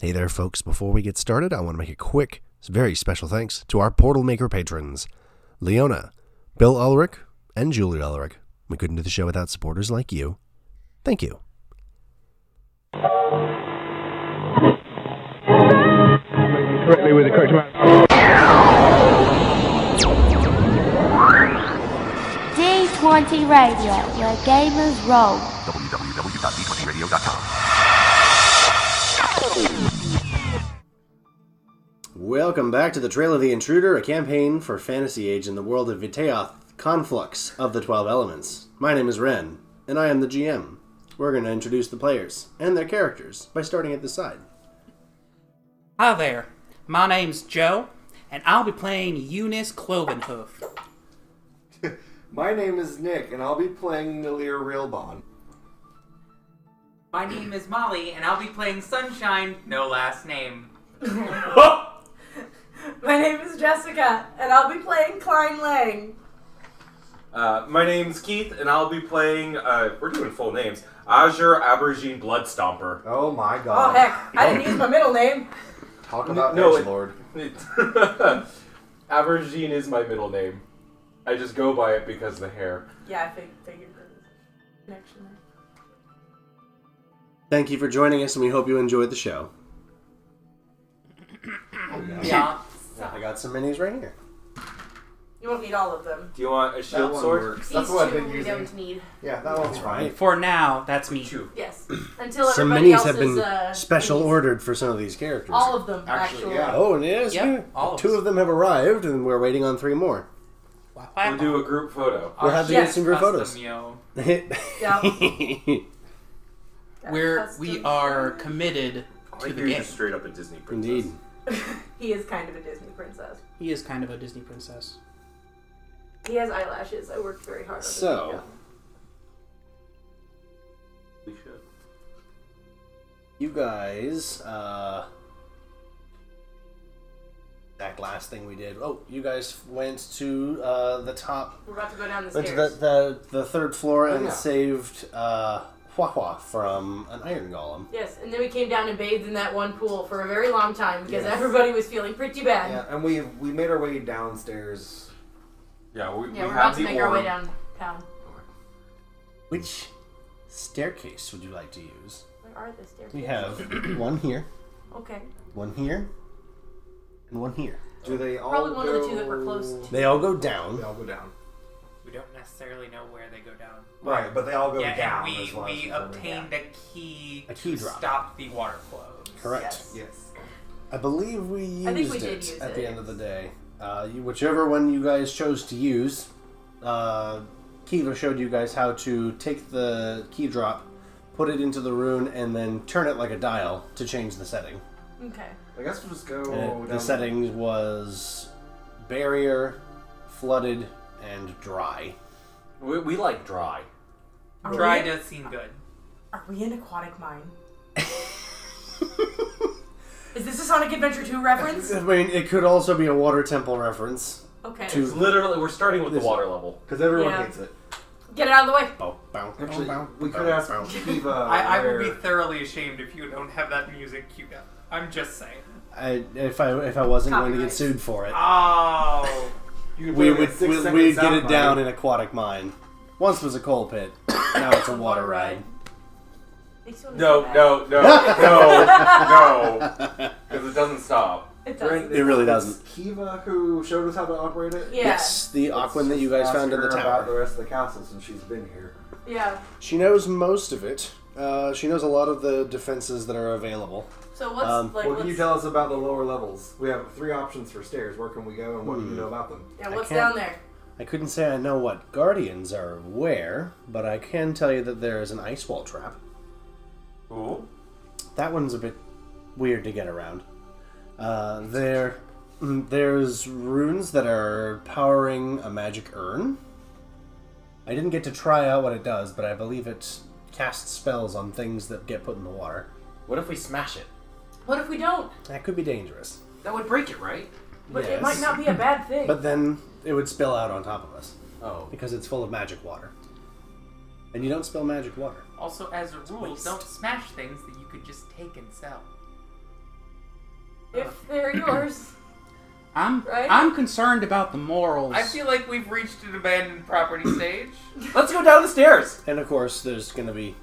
Hey there, folks. Before we get started, I want to make a quick, very special thanks to our Portal Maker patrons Leona, Bill Ulrich, and Julie Ulrich. We couldn't do the show without supporters like you. Thank you. correctly with the correct amount. D20 Radio, where gamers roll. Welcome back to the Trail of the Intruder, a campaign for Fantasy Age in the world of Vitaeoth, Conflux of the Twelve Elements. My name is Ren, and I am the GM. We're going to introduce the players and their characters by starting at the side. Hi there, my name's Joe, and I'll be playing Eunice Clovenhoof. My name is Nick, and I'll be playing Nilir Railbon. My name is Molly, and I'll be playing Sunshine, no last name. My name is Jessica, and I'll be playing Klein Lang. Uh, my name's Keith, and I'll be playing. Uh, we're doing full names. Azure Abergine Bloodstomper. Oh my Oh god. heck, I didn't use my middle name. Talk about No, Edge it- Lord. Abergine is my middle name. I just go by it because of the hair. Yeah, I fig- figured there was a connection there. Thank you for joining us, and we hope you enjoyed the show. Yeah. I got some minis right here. You won't need all of them. Do you want a shield sword? That's what I've been using. Yeah, that one's fine. For now, that's me. Chew. Yes. Until Some minis have been special ordered for some of these characters. uh, All of them, Actually, actually. yeah. Oh, and yes, Yep, yeah. all of two us. of them have arrived, and we're waiting on three more. Wow. We'll do a group photo. We'll have to yes, get some group photos. Custom, yo. Yeah. We're we are committed to the game. straight up a Disney princess. Indeed. He is kind of a Disney princess. He is kind of a Disney princess. He has eyelashes. I worked very hard on So- it. We should. You guys, uh. That last thing we did. Oh, you guys went to uh, the top, We're about to go down the went to stairs. the, the, the third floor, and yeah. saved uh, Hua Hua from an iron golem. Yes, and then we came down and bathed in that one pool for a very long time because everybody was feeling pretty bad. Yeah, and we we made our way downstairs. Yeah, we, Yeah, we we're have about to the make our way orb. downtown. Which staircase would you like to use? Where are the stairs? We have one here, Okay. one here, and one here. Do they all Probably one of the two go- that were close. They all go They down. all go down. We don't necessarily know where they go down. Right, but they all go yeah, down. and we as well as we go down. obtained a key, A key to drop. stop the water flow. Correct. Yes. Yes. I believe we used I think we it did use at it, the end of the day. Uh, you, whichever one you guys chose to use, uh, Keeler showed you guys how to take the key drop, put it into the rune, and then turn it like a dial to change the setting. Okay. I guess we'll just go And it- Uh, the down. setting was barrier, flooded, and dry. We, we like dry. Are Dry we, does seem good. are we in aquatic mine? Is this a Sonic Adventure 2 reference? I mean, it could also be a water temple reference. Okay. To- It's literally, we're starting with the water level. Because everyone Yeah. hates it. Get it out of the way. Oh, bounce. Actually, we could ask Kiva. I, I where... would be thoroughly ashamed if you don't have that music queued up. I'm just saying. I, if I if I wasn't going to get Copyright. sued for Ah, it, Oh, You could we put it would at six we, seconds we'd get out, it Mike. down in aquatic mine. Once was a coal pit, now it's a water ride. Makes you wanna No, go back. no, no, no, no. Because it doesn't stop. It During- doesn't. It really it's doesn't. Kiva who showed us how to operate it. Yeah. Yes, the aquan that you guys Ask found in the her About the tower. rest of the castle since she's been here. Yeah. She knows most of it. Uh, she knows a lot of the defenses that are available. So what's Um, like? What what's, can you tell us about the lower levels? We have three options for stairs. Where can we go, and what do you know about them? Yeah. What's can't- down there? I couldn't say I know what guardians are where, but I can tell you that there is an ice wall trap. Ooh. That one's a bit weird to get around. Uh, there, mm, there's runes that are powering a magic urn. I didn't get to try out what it does, but I believe it casts spells on things that get put in the water. What if we smash it? What if we don't? That could be dangerous. That would break it, right? But Yes. it might not be a bad thing. But then it would spill out on top of us Oh. because it's full of magic water, and you don't spill magic water. Also, as a rule, waste. don't smash things that you could just take and sell. If they're yours. I'm Right? I'm concerned about the morals. I feel like we've reached an abandoned property stage. Let's go down the stairs. And of course, there's going to be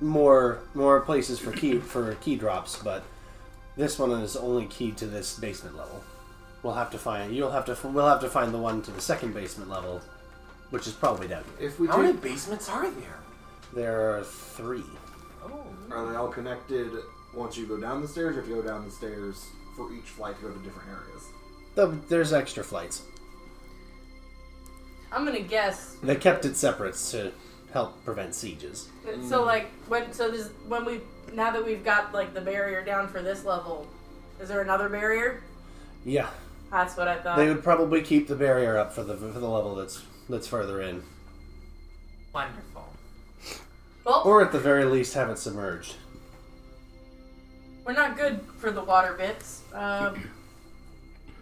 more more places for key for key drops, but this one is only key to this basement level. We'll have to find. You'll have to. f- We'll have to find the one to the second basement level, which is probably down here. If we How many do, basements are there? There are three. are they all connected once you go down the stairs, or if you go down the stairs for each flight to go to different areas? The- There's extra flights. I'm gonna guess. They kept it separate to help prevent sieges. Hmm. that- So like when so this when we now that we've got like the barrier down for this level, is there another barrier? Yeah, That's what I thought. they would probably keep the barrier up for the for the level that's that's further in, Wonderful. well, or at the very least have it submerged. we're not good for the water bits. Um,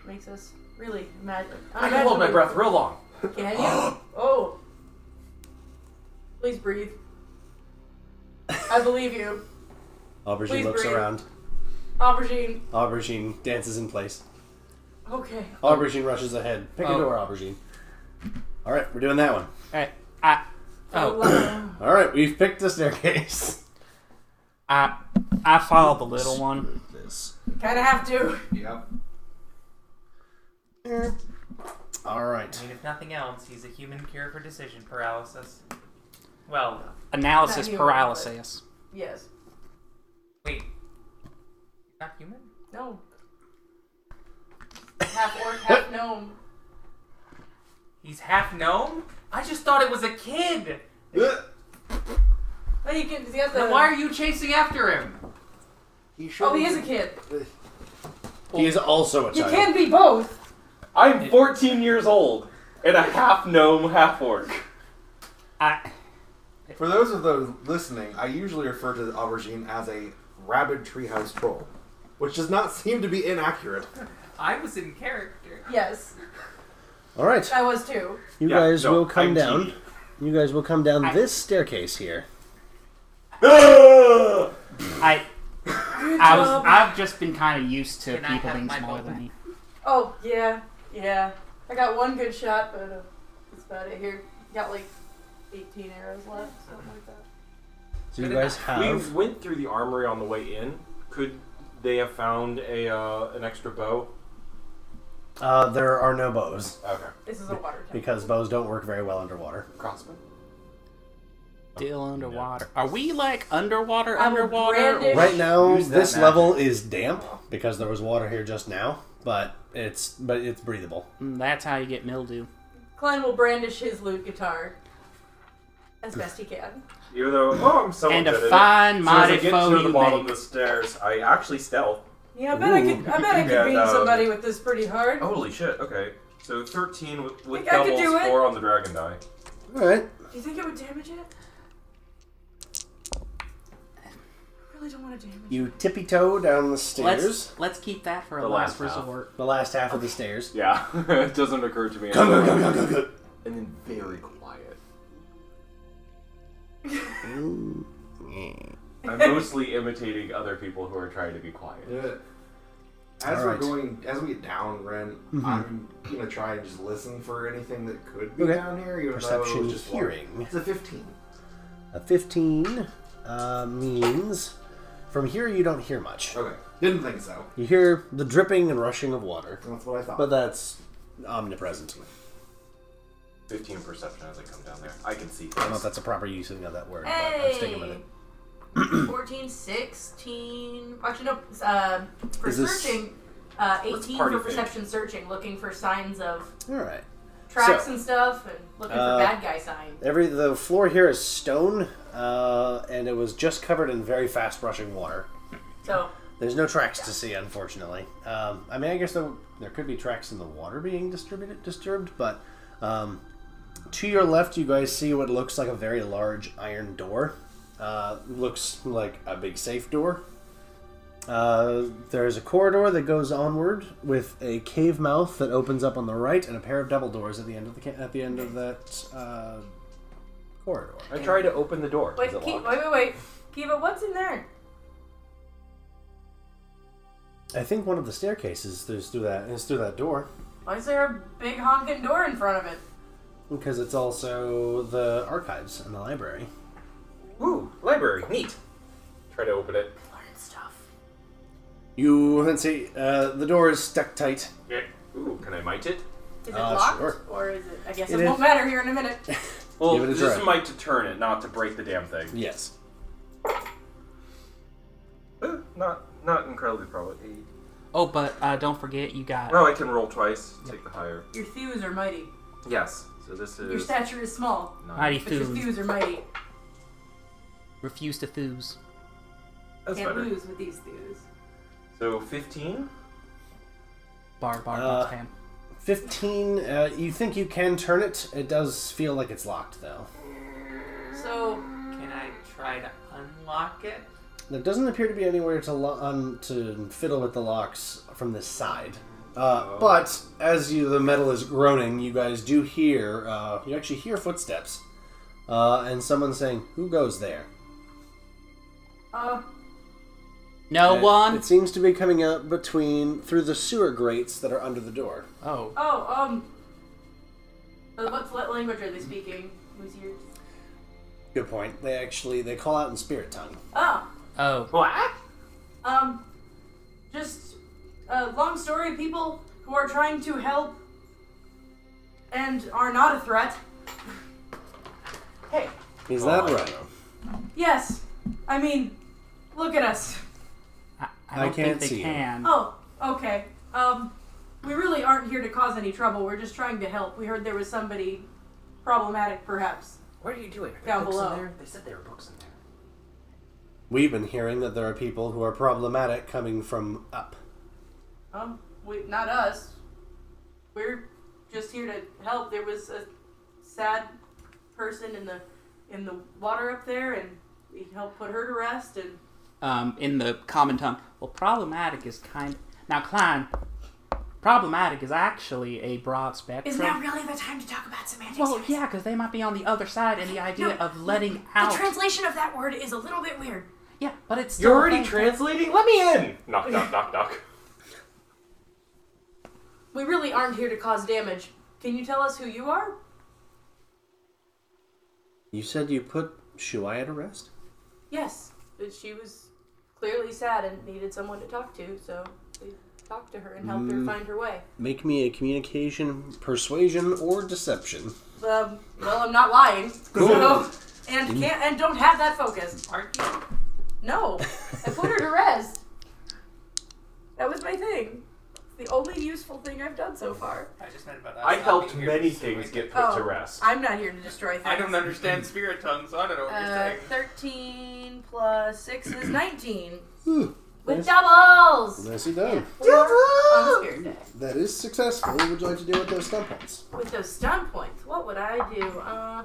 makes us really imagine. I can hold my breath real long. Can you? oh. Please breathe. I believe you. Aubergine Please looks breathe. around. Aubergine. Aubergine dances in place. Okay. Aubergine rushes ahead. Pick a Oh. door, Aubergine. All right, we're doing that one. Alright, I, oh, Wow. All right, we've picked the staircase. I, I follow the little one. This. Kinda have to. Yep. All right. I mean, if nothing else, he's a human cure for decision paralysis. Well, Analysis Not you, paralysis. Yes. wait. Not human? No. Half orc, half gnome. He's half gnome? I just thought it was a kid! But he can. He has Then the. why are you chasing after him? He should. Oh, he is a kid. He is also a You child. can be both. I'm 14 years old and a half gnome, half orc. I, For those of those listening, I usually refer to the aubergine as a rabid treehouse troll, which does not seem to be inaccurate. I was in character. Yes, All right, I was too. you Yeah, guys no, will come I'm down. cheating. You guys will come down this staircase here. Ugh! I, I was, I've just been kind of used to Um, Can I people have being my smaller bow than me. Oh yeah, yeah. I got one good shot, but uh, that's about it. Here, got like 18 arrows left, something like that. So you guys We have. went through the armory on the way in. Could they have found a uh, an extra bow? Uh, there are no bows Okay. This is a water tank. because bows don't work very well underwater. Crossbow. Still underwater. Are we like underwater, I'm underwater? branded- or- Right now, Use that this magic. level is damp because there was water here just now, but it's but it's breathable. Mm, That's how you get mildew. Klein will brandish his lute guitar as best he can. Even though, oh, I'm so And a good at it. fine As soon as I mighty get foe to the you bottom make. of the stairs, I actually stealth. Yeah, I bet I could. I bet I could Yeah, beat that would- Oh. somebody with this pretty hard. Holy shit! Okay, so 13 with, with Think I could doubles, do it? four on the dragon die. All right. Do you think it would damage it? I really don't want to damage. You tippy toe down the stairs. Let's let's keep that for a The last, last half. resort. The last half of the stairs. Yeah, it doesn't occur to me. Come, come, anymore. come, come, come, come. And then very quiet. I'm mostly imitating other people who are trying to be quiet. As we're right. going, as we get down, Ren, Mm-hmm. I'm gonna try and just listen for anything that could be Okay. down here. Even though it Perception was just one. hearing. It's a 15. A 15 uh, means from here you don't hear much. Okay, didn't think so. You hear the dripping and rushing of water, That's what I thought. but that's omnipresent. Fifteen perception as I come down there. I can see I don't know things. if that's a proper use of that word, but I'm sticking with Hey. it. 14, 16. Actually, no. Uh, for Is this- searching, uh, 18 party thing. for perception searching, looking for signs of All right. tracks So- and stuff, and looking Uh, for bad guy sign. Every the floor here is stone, uh, and it was just covered in very fast rushing water. So There's no tracks to see, unfortunately. Um, I mean, I guess there, there could be tracks in the water being distributed, disturbed, but um, to your left, you guys see what looks like a very large iron door. Uh, looks like a big safe door. Uh, there's a corridor that goes onward with a cave mouth that opens up on the right, and a pair of double doors at the end of the ca- at the end of that uh, corridor. I try to open the door. wait, Is it Ki- wait, locked? wait, wait, Kiva, what's in there? I think one of the staircases there's through that is through that door Why is there a big honking door in front of it? because it's also the archives and the library. Ooh, library, neat. Try to open it. Learn stuff. You let's see. Uh, the door is stuck tight. Yeah. Ooh, can I mite it? Is it Uh, locked? sure. Or is it? I guess It it, is- won't matter here in a minute. Well, Give it a this try. is mite to turn it, not to break the damn thing. Yes. Eh, not not incredibly probably. Eight. Oh, but uh, don't forget you got. No, I can roll twice. Take the higher. Your thews are mighty. Yes. So this Your is stature is small, nine. Mighty but your Thews. thews are mighty. Refuse to Thews. That's Can't better. lose with these thews. So fifteen. Bar, bar, Uh, bar, spam. Fifteen. Uh, you think you can turn it? It does feel like it's locked though. So Can I try to unlock it? There doesn't appear to be anywhere to lo- um, to fiddle with the locks from this side. Uh, But as you the metal is groaning, you guys do hear uh, you actually hear footsteps, uh, and someone saying, "Who goes there?" Uh, No It- one. It seems to be coming out between through the sewer grates that are under the door. Oh, oh, um. uh, What, what language are they speaking? Who's here? Good point. They actually they call out in spirit tongue. Ah, oh. What? um. Just uh, long story people who are trying to help and are not a threat. Hey, Is Oh, I that don't right? know. yes. I mean, look at us. I, I I don't can't think they see you. can. Oh, okay. Um, we really aren't here to cause any trouble. We're just trying to help. We heard there was somebody problematic, perhaps. What are you doing? Are there Down books below. In there? They said there were books in there. We've been hearing that there are people who are problematic coming from up. Um, we, not us. We're just here to help. There was a sad person in the in the water up there, and we helped put her to rest. And Um, in the common tongue. Well, problematic is kind. Now, Klein. Problematic is actually a broad spectrum. is now really the time to talk about semantics? Well, guys? yeah, because they might be on the other side, and the idea No, of letting The out. translation of that word is a little bit weird. yeah, but it's still You're already a thing. translating. Let me in. Knock, knock, knock, knock. We really aren't here to cause damage. Can you tell us who you are? You said you put Shuai at arrest. Yes, but she was clearly sad and needed someone to talk to, so we talked to her and helped Mm. her find her way. Make me a communication, persuasion, or deception. Um, well, I'm not lying, so and can't and don't have that focus. Aren't you? No, I put her to rest. That was my thing. It's the only useful thing I've done so far. I just meant about us. I not helped being here many to see things it. get Oh. put to rest. I'm not here to destroy things. I don't understand spirit tongue, so I don't know what you're Uh, saying. thirteen plus six is nineteen. Ooh, With doubles. Nicely done. On spirit day. That is successful. What would you like to do with those stun points? With those stun points, what would I do? Uh,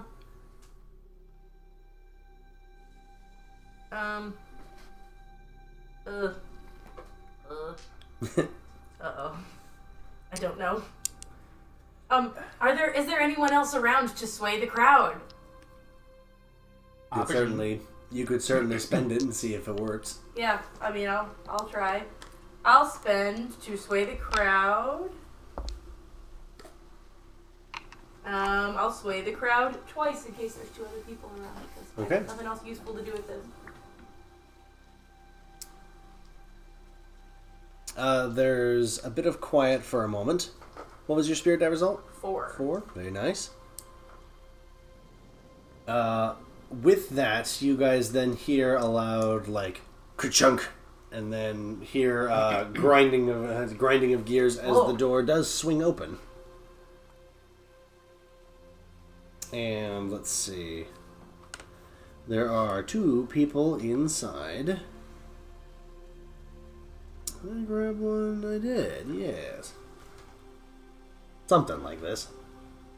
um. Uh. Uh. uh oh. I don't know. Um. Are there? Is there anyone else around to sway the crowd? Could certainly, you could certainly spend it and see if it works. Yeah. I mean, I'll. I'll try. I'll spend to sway the crowd. Um, I'll sway the crowd twice in case there's two other people around. 'cause I have Okay. Nothing else useful to do with this. Uh, there's a bit of quiet for a moment. What was your spirit die result? Four. Four. Very nice. Uh, with that, you guys then hear a loud like ka-chunk, and then hear uh, grinding of uh, grinding of gears as Oh. the door does swing open. And let's see. There are two people inside. Did I grab one? I did, yes. Something like this.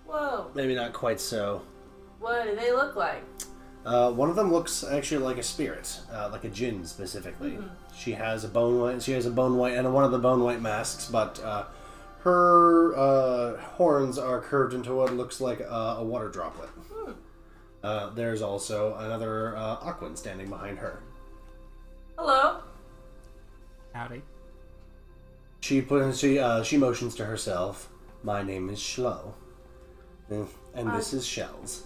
Whoa. Maybe not quite so. What do they look like? Uh, one of them looks actually like a spirit, uh, like a djinn specifically. She has a bone white. She has a bone white and one of the bone white masks, but uh, her uh, horns are curved into what looks like a, a water droplet. Uh, there's also another uh, Aquan standing behind her. Hello. Howdy. She put, she uh, she motions to herself. My name is Schlo, and and this is Shells.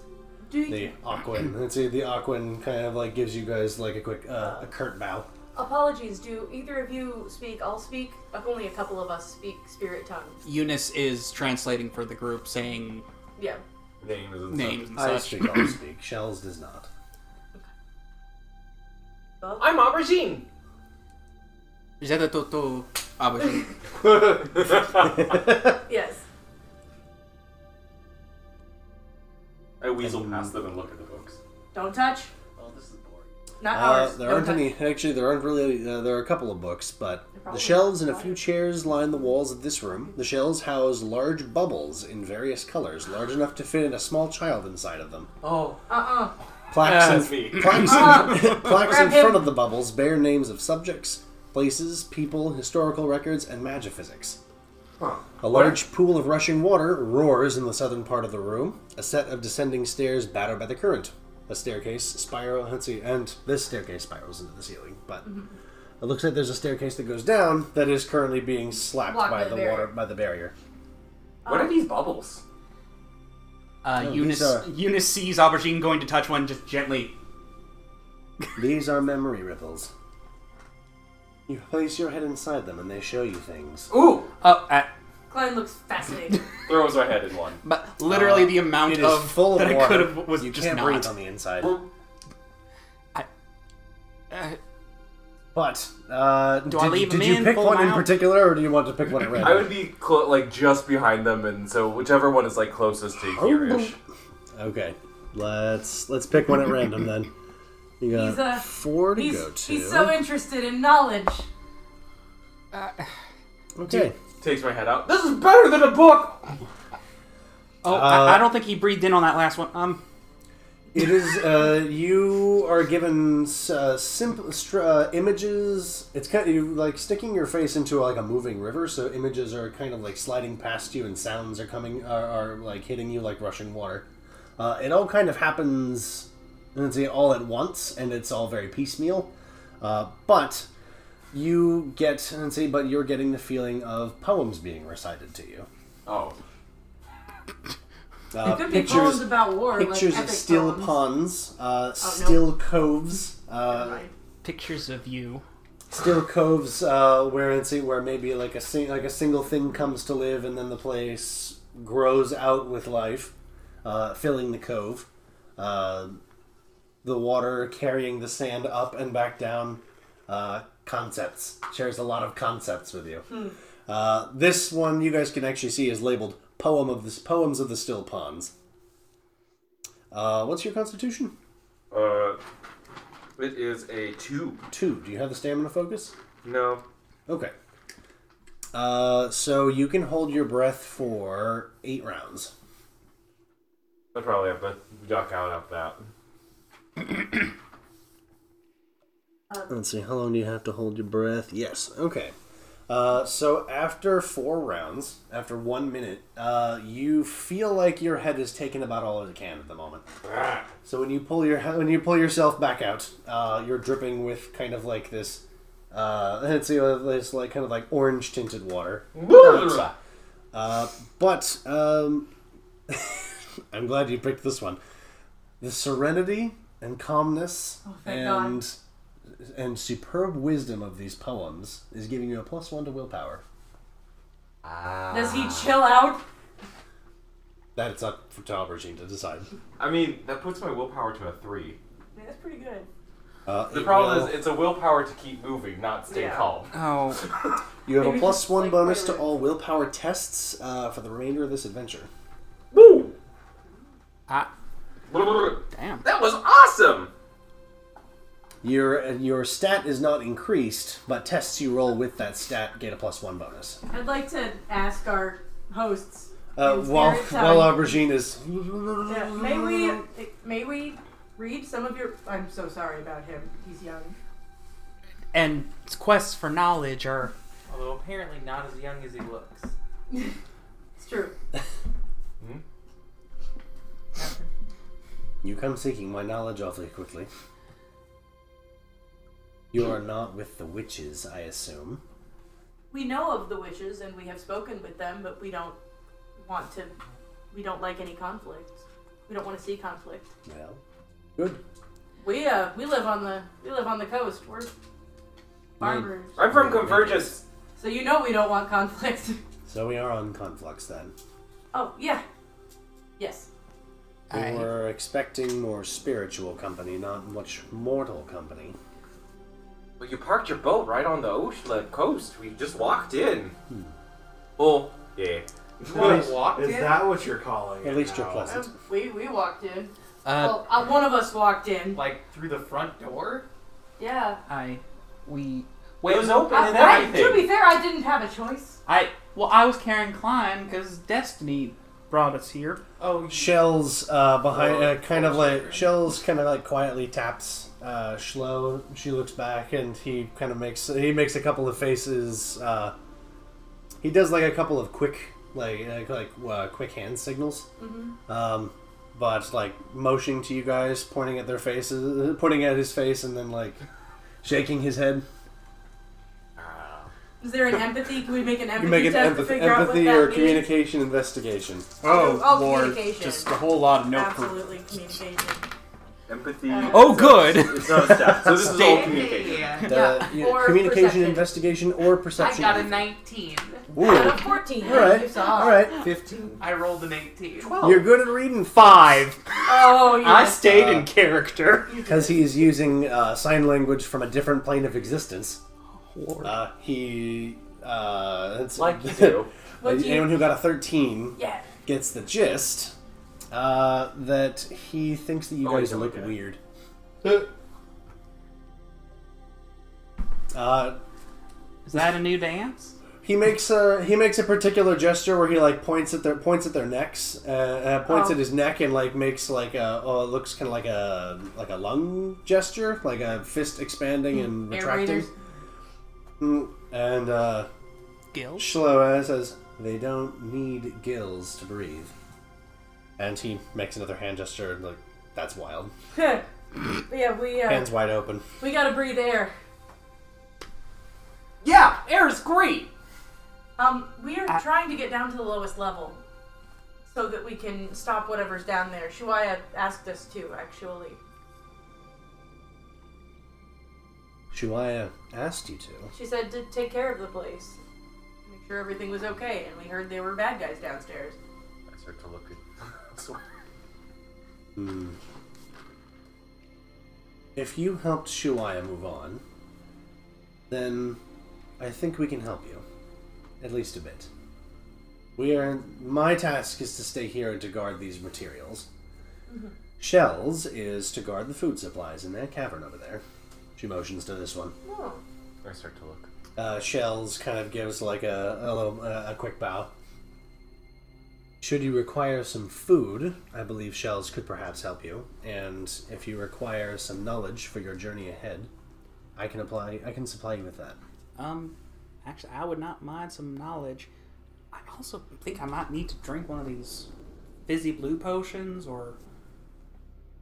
Do you, The Aquin. Let's see, the Aquin kind of like gives you guys like a quick uh, a curt bow. apologies. Do either of you speak? I'll speak. uh, Only a couple of us speak spirit tongue. Eunice is translating for the group, saying Yeah. Names and names and I such. speak. I speak. Shells does not. Well, I'm Aubergine. Is that a Toto Aubergine? yes. I weasel Um, past them and look at the books. Don't touch. Oh, this is boring. Not Uh, ours. there Don't aren't touch. any. Actually, there aren't really. Uh, there are a couple of books, but the probably shelves and a not. few chairs line the walls of this room. The shelves house large bubbles in various colors, large enough to fit in a small child inside of them. Oh, Uh-uh. Plaques, Ah, in, that's me. plaques, in, plaques in Grab him. front of the bubbles bear names of subjects, places, people, historical records, and magiphysics. Huh. A large pool of rushing water roars in the southern part of the room. A set of descending stairs battered by the current. A staircase spiral. Let's see, and this staircase spirals into the ceiling. But it looks like there's a staircase that goes down that is currently being slapped Blocked by by the the barrier. water by the barrier. what Oh. are these bubbles? Uh, No, Eunice, these are- Eunice sees Aubergine going to touch one just gently. These are memory ripples. You place your head inside them, and they show you things. Ooh, Oh, uh, Klein looks fascinated. throws her head in one. but literally the amount Uh, It is of full of um, that I water. could have was you just can't not. breathe on the inside. Uh, But uh, I did, leave did them you in, pick pull one them in out? particular, or do you want to pick one at I random? would be clo- like just behind them, and so whichever one is like closest to Oh. here-ish. Okay, let's let's pick one at random then. You got He's a- four to he's, go to. he's so interested in knowledge. okay, Takes my head out. This is better than a book. oh, Uh, I, I don't think he breathed in on that last one. Um, it is. Uh, you are given uh, simple str- uh, images. It's kind of you like sticking your face into like a moving river, so images are kind of like sliding past you, and sounds are coming are, are like hitting you like rushing water. Uh, it all kind of happens, let's say, all at once, and it's all very piecemeal. Uh, but you get, let's say, but you're getting the feeling of poems being recited to you. Oh, Uh, Could be poems pictures, about war. pictures like of epic still poems. Oh, ponds, uh, still coves, uh, pictures of you. still coves uh, where it's where maybe like a sing- like a single thing comes to live, and then the place grows out with life, uh, filling the cove. Uh, the water carrying the sand up and back down. Uh, concepts shares a lot of concepts with you. Hmm. Uh, this one you guys can actually see is labeled "Poem of the Poems of the Still Ponds." Uh, what's your constitution? uh, it is a two. Two. Do you have the stamina focus? No, Okay. Uh, so you can hold your breath for eight rounds. I probably have to duck out of that. Let's see, how long do you have to hold your breath? Yes. Okay. Uh, so after four rounds, after one minute, uh, you feel like your head is taking about all it can at the moment. So when you pull your when you pull yourself back out, uh, you're dripping with kind of like this, uh, let's see, uh, this like kind of like orange tinted water. Uh, but um, I'm glad you picked this one. The serenity and calmness Oh, thank and and superb wisdom of these poems is giving you a plus one to willpower. Does he chill out? That's up for Aubergine to decide. I mean, that puts my willpower to a three. Yeah, that's pretty good. Uh, The it problem will- is, it's a willpower to keep moving, not stay Yeah. calm. Oh, you have a maybe plus just, one like, bonus wait a to all willpower tests uh, for the remainder of this adventure. Woo! I, That damn. was awesome. Your uh, your stat is not increased, but tests you roll with that stat get a plus one bonus. I'd like to ask our hosts. Uh, in while spirit time- while Aubergine is Yeah, may we may we read some of your? I'm so sorry about him. He's young. And quests for knowledge are. Although apparently not as young as he looks. It's true. You come seeking my knowledge awfully quickly. You are not with the witches, I assume. we know of the witches and we have spoken with them, but we don't want to. We don't like any conflict. We don't want to see conflict. Well, good. We uh, we live on the we live on the coast. We're barbers, I'm from Convergence. so you know we don't want conflict. So we are on conflux then. oh yeah, yes. We I- were expecting more spiritual company, not much mortal company. Well, you parked your boat right on the ocean coast. We just walked in. Well, Hmm. yeah. walked Is in? that what you're calling At it least you're now? pleasant. Um, we we walked in. Uh, well, uh, one of us walked in. Like through the front door? Yeah. I, we, It was open I, and I- Uh, to be everything. fair, I didn't have a choice. I, well, I was carrying Klein because Destiny brought us here. Oh, you- Shells uh, Oh, behind, Whoa, uh, kind of close like range. Shells, kind of like quietly taps uh, Shlo. She looks back and he kind of makes he makes a couple of faces. Uh, he does like a couple of quick like like, like uh, quick hand signals, Mm-hmm. um, but like motioning to you guys, pointing at their faces, uh, pointing at his face, and then like shaking his head. Is there an empathy? Can we make an empathy You make an test to empathy, figure empathy out or what that means? communication investigation. Oh, Oh, Lord. communication. Just a whole lot of no. Absolutely, communication. Empathy. Uh, Oh, good. It's not a stat. So this is all State. communication. Hey, Uh, Yeah, you- or communication, perception. investigation, or I perception. got a 19. Out of Ooh. 14. All right. You saw. All right. 15. I rolled an 18. You're good at reading Five. Oh, I yes. stayed Uh, in character. because he is using uh, sign language from a different plane of existence. Uh, he. Uh, that's, Like you do. What'd you- anyone who got a thirteen Yeah. gets the gist uh, that he thinks that you Oh, guys yeah, look okay. weird. Uh, Is that a new dance? He makes a he makes a particular gesture where he like points at their points at their necks, uh, uh, points Oh. at his neck, and like makes like a oh it looks kind of like a like a lung gesture, like a fist expanding and Air retracting. raiders. Mm, And uh, Gil? Shloa says they don't need gills to breathe, and he makes another hand gesture and like that's wild, yeah, we uh, hands wide open. we gotta breathe air. Yeah, air is great. Um, we are trying to get down to the lowest level so that we can stop whatever's down there. Shuaya asked us to, actually. Shuaya asked you to. She said to take care of the place, make sure everything was okay, and we heard there were bad guys downstairs. I start to look at. so- If you helped Shuaya move on, then I think we can help you. At least a bit. We are. My task is to stay here and to guard these materials. Shell's is to guard the food supplies in that cavern over there. She motions to this one. Oh, I start to look. Uh, Shell's kind of gives like a, a little uh, a quick bow. Should you require some food, I believe Shells could perhaps help you. And if you require some knowledge for your journey ahead, I can apply. I can supply you with that. Um, actually, I would not mind some knowledge. I also think I might need to drink one of these fizzy blue potions or.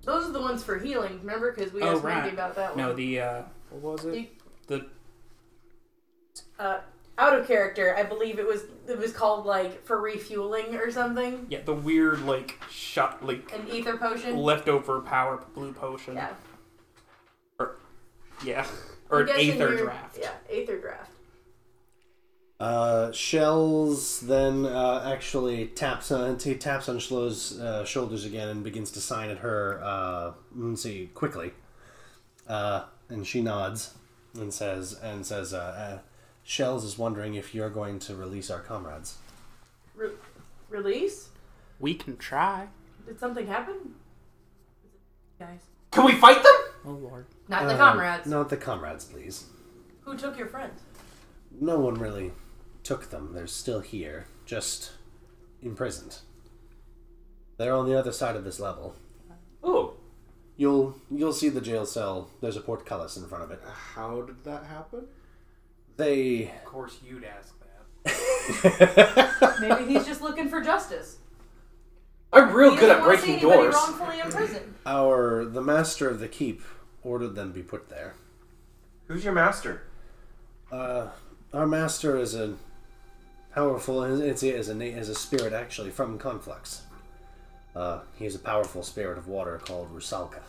those are the ones for healing, remember? Because we oh, asked right. Randy about that one. no, the, uh, what was it? The. uh, out of character, I believe it was it was called like for refueling or something. Yeah, the weird, like, shot, like, An ether potion. leftover power blue potion. yeah. Yeah. Or I'm an guessing aether you're- draft. Yeah, aether draft. Uh, Shells then uh, actually taps on he taps on Shlo's uh, shoulders again and begins to sign at her. Uh, let's see quickly, uh, and she nods and says and says, uh, uh, "Shells is wondering if you're going to release our comrades." Re- release? We can try. Did something happen? Guys, Can we fight them? Oh, Lord. not the Uh, comrades. Not the comrades, please. Who took your friends? No one really took them. They're still here, just imprisoned. They're on the other side of this level. Oh, You'll you'll see the jail cell. There's a portcullis in front of it. How did that happen? They Of course, you'd ask that. Maybe he's just looking for justice. I'm real He good doesn't at want to breaking see anybody doors. wrongfully imprisoned. our the master of the keep ordered them be put there. Who's your master? Uh, Our master is a powerful. It's is a na- is a spirit actually from Conflux. Uh, he is a powerful spirit of water called Rusalka.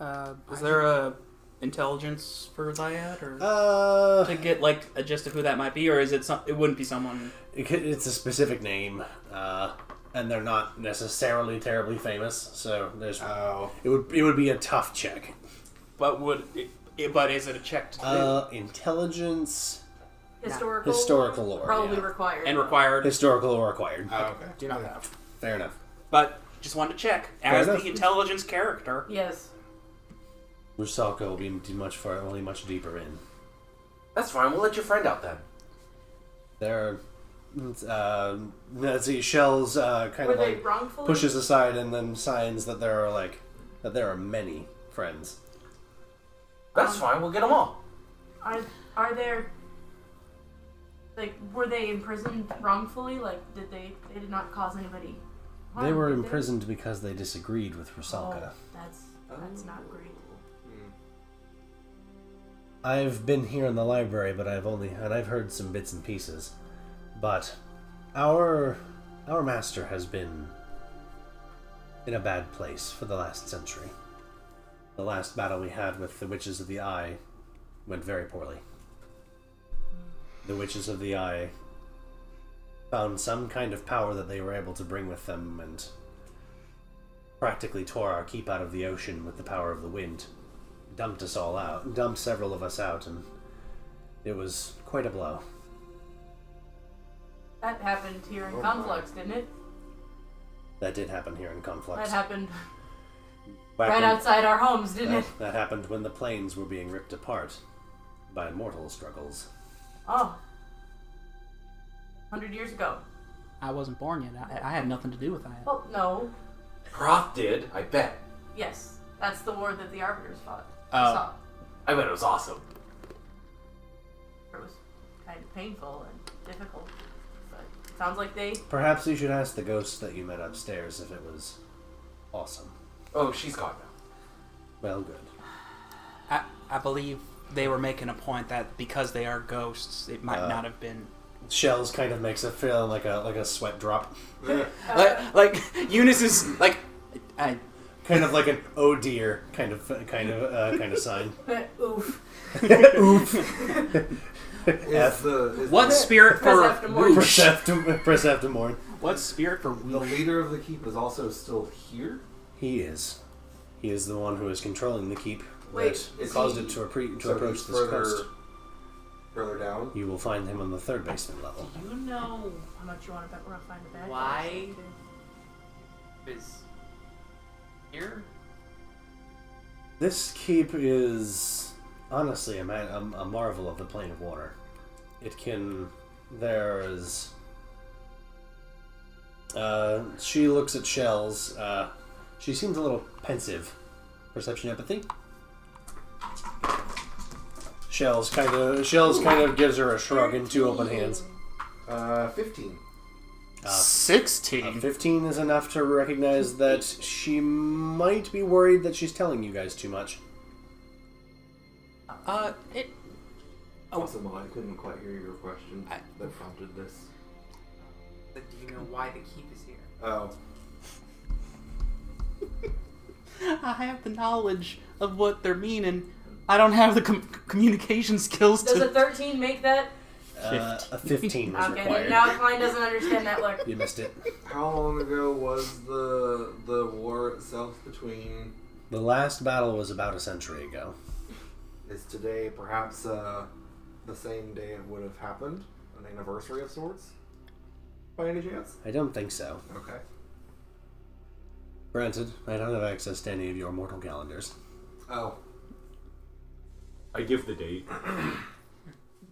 Uh, is there a intelligence for that, or Uh, to get like a gist of who that might be, or is it some? It wouldn't be someone. it c- it's a specific name, uh, and they're not necessarily terribly famous, so there's Oh. it would it would be a tough check. But would it, it- but is it a check to do? Uh, intelligence, Historical. Historical lore, Probably yeah. required. and required? historical or acquired. Oh, okay. do not have. Uh, Fair enough. But just wanted to check as enough. the intelligence character. yes. Rusalka will be d- much far, will be much deeper in. That's fine. We'll let you find out then. There, uh, let's see, shells uh, kind Were of they like wrongfully? pushes aside and then signs that there are like that there are many friends. That's Um, fine. We'll get them all. Are, are there. Like, were they imprisoned wrongfully? Like, did they. They did not cause anybody. harm, They were did imprisoned because they disagreed with Rusalka. Oh, that's. That's not great. I've been here in the library, but I've only and I've heard some bits and pieces. But our our master has been in a bad place for the last century. The last battle we had with the witches of the eye went very poorly. The witches of the eye found some kind of power that they were able to bring with them and practically tore our keep out of the ocean with the power of the wind dumped us all out, dumped several of us out, and it was quite a blow. That happened here in Oh, Conflux, didn't it? That did happen here in That Conflux. happened Back right when- outside our homes, didn't that, it? that happened when the planes were being ripped apart by mortal struggles. Oh. 100 years ago. I wasn't born yet. I, I had nothing to do with that. Well, no. Proth did. I bet. Yes. That's the war that the Arbiters fought. Oh. Saw. I bet it was awesome. It was kind of painful and difficult. But it sounds like they. Perhaps you should ask the ghost that you met upstairs if it was awesome. Oh, she's gone now. Well, good. I, I believe they were making a point that because they are ghosts, it might Uh. not have been. Shells kind of makes it feel like a like a sweat drop, Uh. Like, like Eunice is like, I, kind of like an oh dear kind of kind of uh, kind of sign. Oof. Is the, is what spirit for Perceptimore. Perceptum, Perceptimorn. what spirit for the leader of the keep is also still here? He is. He is the one who is controlling the keep Wait, that is caused he- it to, appre- to So approach he's this further, coast. further down. You will find him on the third basement level. Do you know How much you want to bet we're gonna find the bag? Why? is here? This keep is honestly a, man, a, a marvel of the plane of water. It can. There is. Uh, she looks at shells. Uh, she seems a little pensive. Perception, empathy. Shells kind of. Shells kind of gives her a shrug and two open hands. Uh, 15. A Sixteen. 15 is enough to recognize that she might be worried that she's telling you guys too much. uh, it, Possible. I couldn't quite hear your question I- that prompted this. But do you know why the keep is here? Oh. I have the knowledge of what they're meaning. I don't have the com- communication skills Does a to. 13 make that? Uh, a 15 was Okay, required. now Klein doesn't understand that look. You missed it. How long ago was the the war itself between? The last battle was about a century ago. Is today perhaps uh, the same day it would have happened? An anniversary of sorts? By any chance? I don't think so. Okay. Granted, I don't have access to any of your mortal calendars. Oh. I give the date.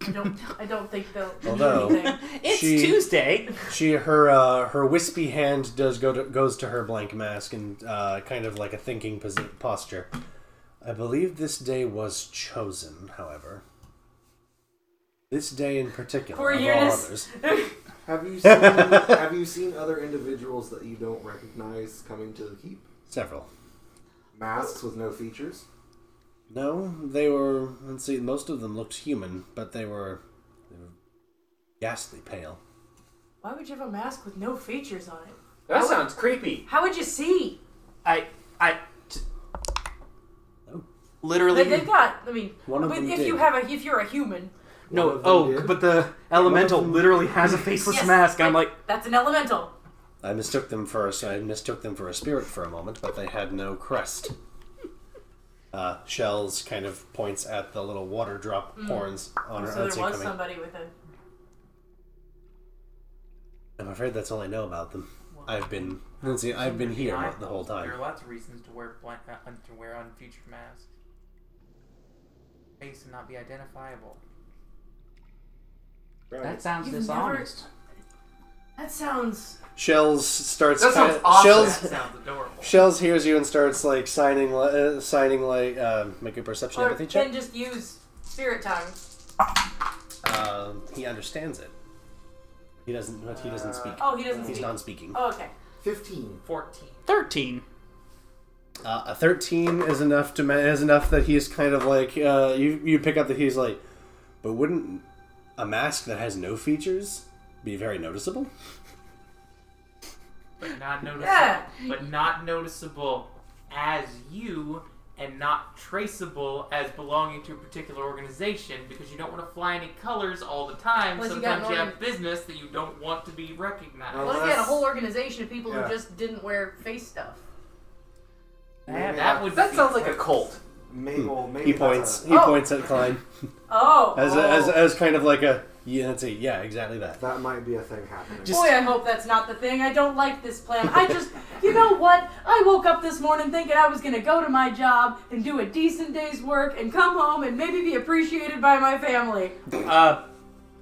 I don't. I don't think they'll. do Although- anything. It's She- Tuesday. She her uh, her wispy hand does go to, goes to her blank mask and uh, kind of like a thinking posi- posture. I believe this day was chosen, however. This day in particular, Poor of all Eunice. others. Have you seen Have you seen other individuals that you don't recognize coming to the keep? Several. Masks with no features. No, they were. Let's see. Most of them looked human, but they were, they were ghastly pale. Why would you have a mask with no features on it? That sounds creepy. How would you see? I, I, t- Oh. literally. They, they've got. I mean, One of but them if did. you have a, if you're a human, No, of them oh, did. but the elemental literally has a faceless Yes. mask. I'm like, that's an elemental. I mistook them for a, I mistook them for a spirit for a moment, but they had no crest. Uh, shells kind of points at the little water drop horns on her. Mm. So Unseed there was coming. somebody with a. I'm afraid that's all I know about them. I've been let's see, I've been here I- the whole There time. are lots of reasons to wear blank uh, underwear on future masks. Face and not be identifiable. that sounds You've dishonest. That sounds. Shells starts. That kinda- sounds awesome. That Shells sounds adorable. Shells hears you and starts like signing, li- uh, signing like uh, make a perception Or empathy check. then just use spirit tongue. Um, he understands it. He doesn't. but He doesn't speak. Oh, he doesn't He's speak. non-speaking. Oh, okay. 15. 14. 13. Uh, a thirteen is enough to ma- is enough that he's kind of like uh, you. You pick up that he's like, but wouldn't a mask that has no features be very noticeable? But not noticeable. Yeah. But not noticeable as you and not traceable as belonging to a particular organization because you don't want to fly any colors all the time. Unless you got Sometimes you, an have business that you don't want to be recognized. Well, Well, if you had a that's- whole organization of people yeah. who just didn't wear face stuff. Maybe that would That be sounds like a cult. Maybe, well, maybe He that's points. a- He Oh. points at Klein Oh. as, oh. a, as, as kind of like a yeah. That's a, yeah, exactly that. that might be a thing happening. Boy, I hope that's not the thing. I don't like this plan. I just, you know what? I woke up this morning thinking I was going to go to my job and do a decent day's work and come home and maybe be appreciated by my family. Uh,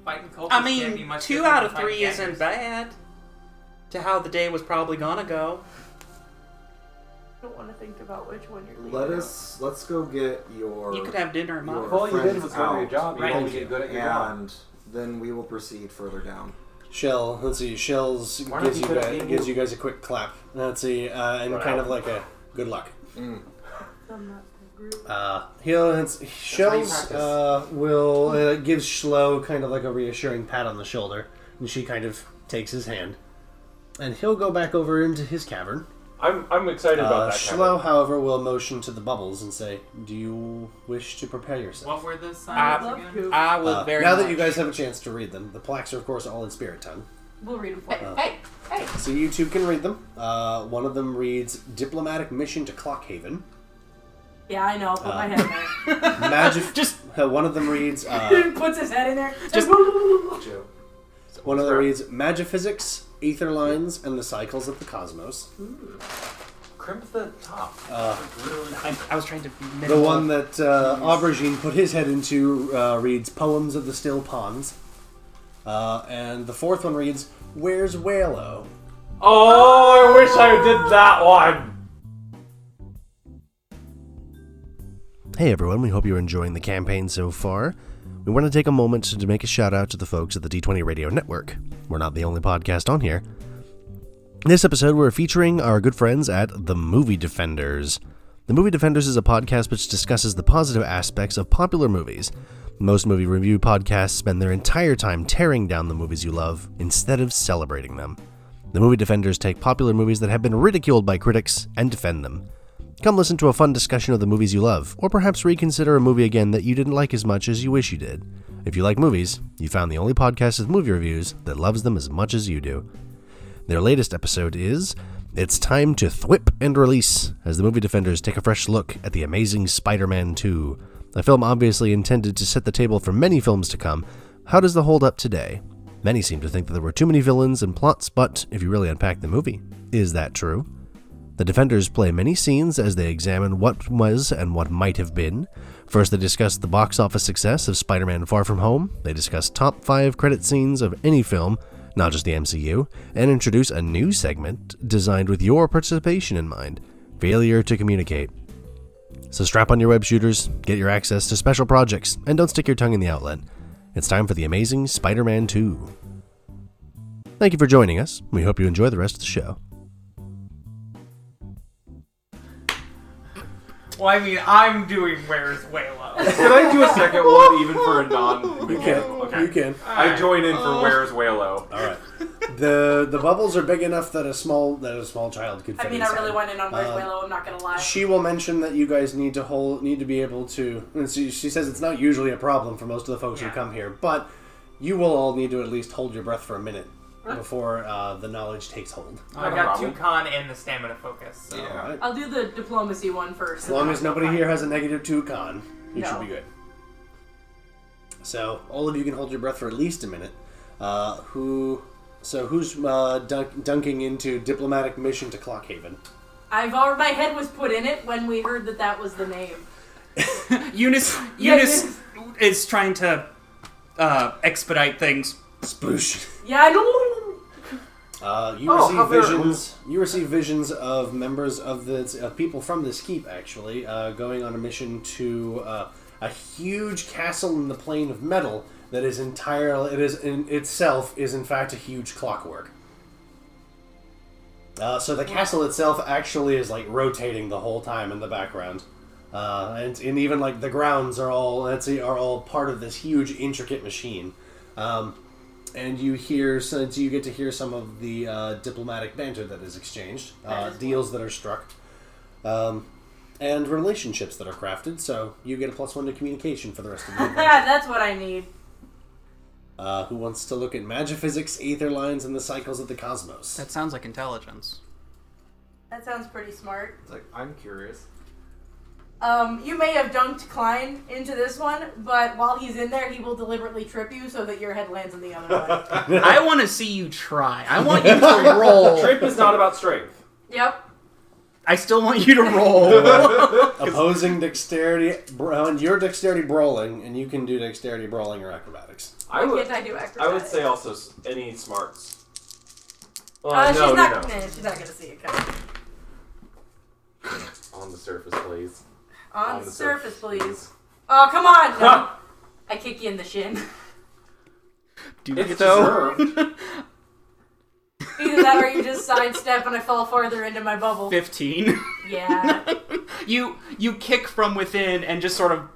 fighting cultists I can't be mean, much two different out than of three fighting isn't gangers. bad to how the day was probably gonna go. I don't want to think about which one you're leaving. Let us let's go get your. You could have dinner at your my. friends Well, All you did was go to your out, job. You Right. only get good at your job. and then we will proceed further down. Shell, let's see. Shells Why don't gives you you put it guys, in gives you? you guys a quick clap. Let's see, uh, and kind of like a good luck. I'm not the group. Uh, he'll it's, Shells practice. uh, will uh, gives Shlo kind of like a reassuring pat on the shoulder, and she kind of takes his hand, and he'll go back over into his cavern. I'm, I'm excited about Uh, that. Shlo, Shlo, however, will motion to the bubbles and say, "Do you wish to prepare yourself?" What were the signs I, again? I will Uh, very now much. that you guys have a chance to read them, the plaques are of course all in spirit tongue. We'll read them for you. Hey, So you two can read them. Uh, one of them reads "Diplomatic Mission to Clockhaven." Yeah, I know. Put Uh, my head in there. Magic. Just- uh, one of them reads. Uh, Puts his head in there. Just- Joe. one of them reads magiphysics, ether lines, and the cycles of the cosmos. crimp the top. I, I was trying to. The one that uh, Aubergine put his head into uh, reads poems of the still ponds. Uh, and the fourth one reads "Where's Whalo?" Oh, I wish I did that one. Hey everyone, we hope you're enjoying the campaign so far. We want to take a moment to make a shout out to the folks at the D20 Radio Network. We're not the only podcast on here. In this episode, we're featuring our good friends at The Movie Defenders. The Movie Defenders is a podcast which discusses the positive aspects of popular movies. Most movie review podcasts spend their entire time tearing down the movies you love instead of celebrating them. The Movie Defenders take popular movies that have been ridiculed by critics and defend them. Come listen to a fun discussion of the movies you love, or perhaps reconsider a movie again that you didn't like as much as you wish you did. If you like movies, you found the only podcast with movie reviews that loves them as much as you do. Their latest episode is It's Time to Thwip and Release, as the movie defenders take a fresh look at The Amazing Spider Man 2, a film obviously intended to set the table for many films to come. How does the hold up today? Many seem to think that there were too many villains and plots, but if you really unpack the movie, is that true? The defenders play many scenes as they examine what was and what might have been. First, they discuss the box office success of Spider Man Far From Home, they discuss top 5 credit scenes of any film, not just the MCU, and introduce a new segment designed with your participation in mind failure to communicate. So strap on your web shooters, get your access to special projects, and don't stick your tongue in the outlet. It's time for The Amazing Spider Man 2. Thank you for joining us. We hope you enjoy the rest of the show. Well, I mean, I'm doing Where's Waylo. Can I do a second one even for a non? You can. You can. I join in for Where's Waylo. All right. the The bubbles are big enough that a small that a small child could. Fit I mean, I inside. really want in on Where's Uh, Willow, I'm not gonna lie. She will mention that you guys need to hold need to be able to. And she, she says it's not usually a problem for most of the folks who come here, but you will all need to at least hold your breath for a minute before uh, the knowledge takes hold. I got two con and the stamina focus. So. All right. I'll do the diplomacy one first. As long as nobody here has a negative two con, you No. should be good. So all of you can hold your breath for at least a minute. Uh, who? So who's uh, dunk, dunking into diplomatic mission to Clockhaven? I've already my head was put in it when we heard that that was the name. Eunice, Yeah, Eunice is trying to uh, expedite things. Sploosh. Yeah, I know. Uh, you Oh, how receive very- visions. You receive visions of members of the of people from this keep actually uh, going on a mission to uh, a huge castle in the plane of metal that is entirely it is in itself is in fact a huge clockwork. Uh, so the castle itself actually is like rotating the whole time in the background, uh, and, and even like the grounds are all let's see, are all part of this huge intricate machine. Um, and you hear since you get to hear some of the uh, diplomatic banter that is exchanged, uh, deals that are struck, um, and relationships that are crafted. So you get a plus one to communication for the rest of the Ah, event. That's what I need. Uh, who wants to look at magiphysics, aether lines, and the cycles of the cosmos? That sounds like intelligence. That sounds pretty smart. It's like I'm curious. Um, you may have dunked Klein into this one, but while he's in there, he will deliberately trip you so that your head lands in the other one. I want to see you try. I want you to roll. Trip is not about strength. Yep. I still want you to roll. Opposing dexterity, br- on your dexterity brawling, and you can do dexterity brawling or acrobatics. I Why would. can't I do I would say acrobatics? also s- any smarts. Well, no, Uh, she's not. no. Nah, she's not gonna see it coming. On the surface, please. On, the surface, please. Oh, come on! No. I kick you in the shin. Do It's you though? deserved. Either that, or you just sidestep and I fall farther into my bubble. Fifteen. Yeah. you you kick from within and just sort of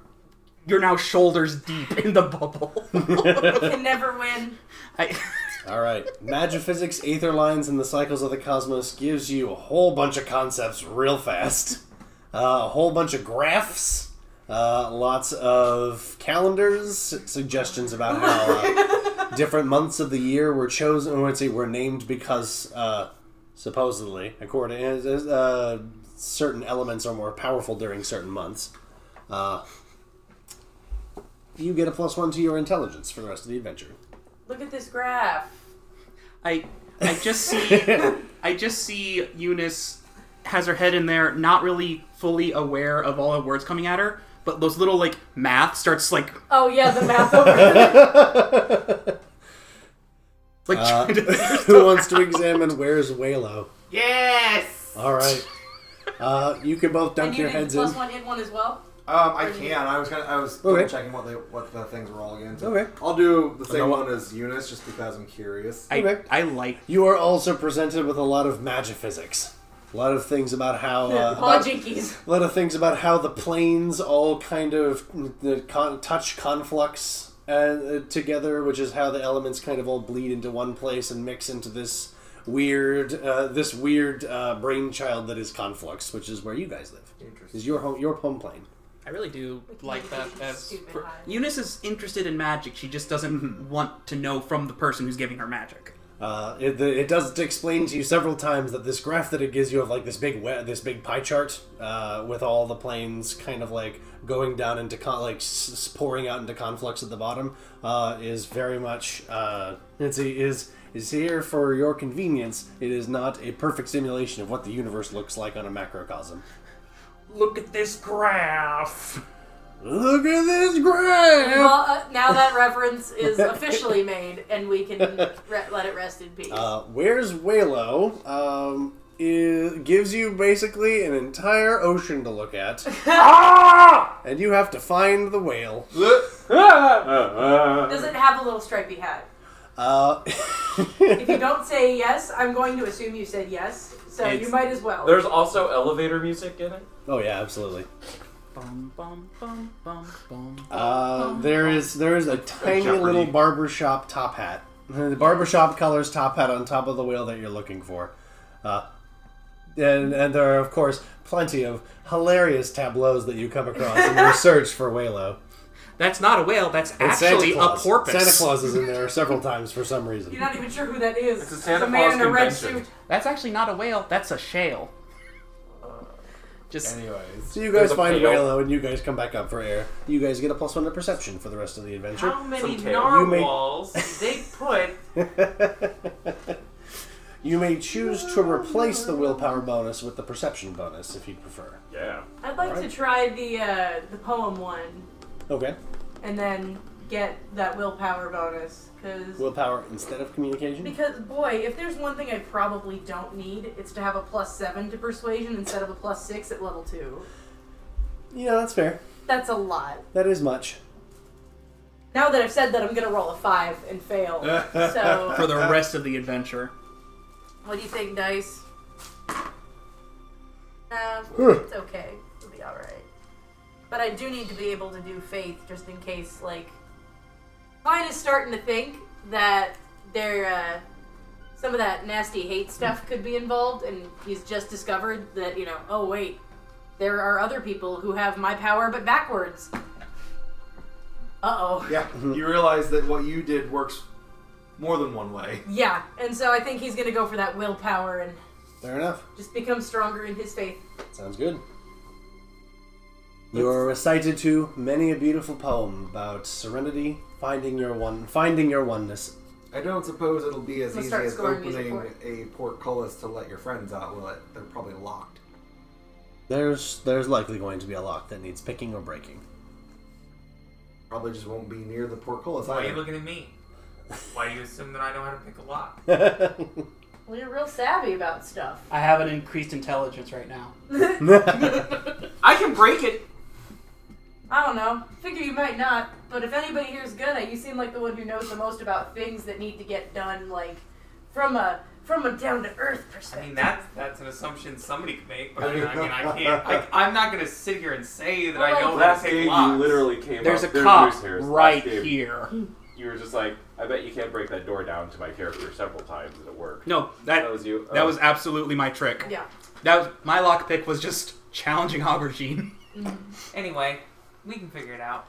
you're now shoulders deep in the bubble. Can never win. I, All right, magiphysics, aether lines, and the cycles of the cosmos gives you a whole bunch of concepts real fast, uh, a whole bunch of graphs, uh, lots of calendars, suggestions about how uh, different months of the year were chosen. Or let's see, were named because uh, supposedly, according uh, certain elements are more powerful during certain months. Uh, you get a plus one to your intelligence for the rest of the adventure. Look at this graph. I I just see I just see Eunice has her head in there, not really fully aware of all the words coming at her, but those little like math starts like Oh yeah, the math over there. like Uh. trying to Who wants to examine where's Waylo? Yes! All right. Uh, you can both And dunk you your did heads plus in. one hit one as well. Um, I can. I was kind of. I was Okay. double checking what they what the things were all again. So Okay. I'll do the know same what- one as Eunice just because I'm curious. I, I like You are also presented with a lot of magiphysics. A lot of things about how uh, Paul about- Jinkies. a lot of things about how the planes all kind of the con- touch conflux uh, uh, together, which is how the elements kind of all bleed into one place and mix into this weird uh, this weird uh, brainchild that is conflux, which is where you guys live. Interesting. Is your home your home plane? I really do like that as Stupid for- high. Eunice is interested in magic. She just doesn't want to know from the person who's giving her magic. Uh, it, the, it does explain to you several times that this graph that it gives you of like this big we- this big pie chart uh, with all the planes kind of like going down into con- like s- s- pouring out into conflux at the bottom uh, is very much uh, it's a, is is here for your convenience. It is not a perfect simulation of what the universe looks like on a macrocosm. Look at this graph. Look at this graph. Well, uh, now that reference is officially made, and we can re- let it rest in peace. Uh, where's Waylo? Um, i gives you basically an entire ocean to look at. And you have to find the whale. Look. Ah, ah, ah. Does it have a little stripy hat? Uh, If you don't say yes, I'm going to assume you said yes. So you It's- might as well. There's also elevator music in it. oh yeah, absolutely. Bum, bum, bum, bum, bum. Uh, there is there is a tiny Jeopardy. little barbershop top hat. The barbershop colors top hat on top of the wheel that you're looking for. Uh, and, and there are, of course, plenty of hilarious tableaus that you come across in your search for Waylo. That's not a whale. That's And actually Santa a Claus. porpoise. Santa Claus is in there several times for some reason. You're not even sure who that is. It's a Santa man Claus in a red convention. suit. That's actually not a whale. That's a shale. Just Anyways. So you guys There's a find pail. Waylo and you guys come back up for air. You guys get a plus one to perception for the rest of the adventure. How many Some tail. You may- narwhals they put? you may choose to replace the willpower bonus with the perception bonus if you prefer. Yeah. I'd like to try the uh, the poem one Okay. and then get that willpower bonus because Willpower instead of communication? because boy, if there's one thing I probably don't need, it's to have a plus seven to persuasion instead of a plus six at level two. Yeah, that's fair. That's a lot. That is much. Now that I've said that, I'm gonna roll a five and fail. Eh. so for the rest of the adventure. what do you think, dice? Um, it's okay. It'll be all right. But I do need to be able to do faith just in case, like, Klein is starting to think that there, uh, some of that nasty hate stuff could be involved, and he's just discovered that, you know, oh wait, there are other people who have my power but backwards. Uh oh. Yeah, you realize that what you did works more than one way. Yeah, and so I think he's gonna go for that willpower and Fair enough. just become stronger in his faith. Sounds good. You are recited to many a beautiful poem about serenity, finding your one, finding your oneness. I don't suppose it'll be as Let's easy start as scoring music opening a portcullis to let your friends out, will it? They're probably locked. There's there's likely going to be a lock that needs picking or breaking. Probably just won't be near the portcullis Why are you either. looking at me? Why do you assume that I know how to pick a lock? Well, you're real savvy about stuff. I have an increased intelligence right now. I can break it. I don't know. Figure you might not, but if anybody here's good at, you seem like the one who knows the most about things that need to get done, like from a from a down to I earth mean, perspective. that's that's an assumption somebody could make, but I mean, I, mean, I can't. I, I'm not gonna sit here and say that I know how to Last pick game, locks. you literally came There's a up. cop news here. Last right game, here. You were just like, I bet you can't break that door down to my character several times and it worked. No, that, That was you. That Oh. was absolutely my trick. yeah. That was my lock pick was just challenging Aubergine. Anyway, we can figure it out.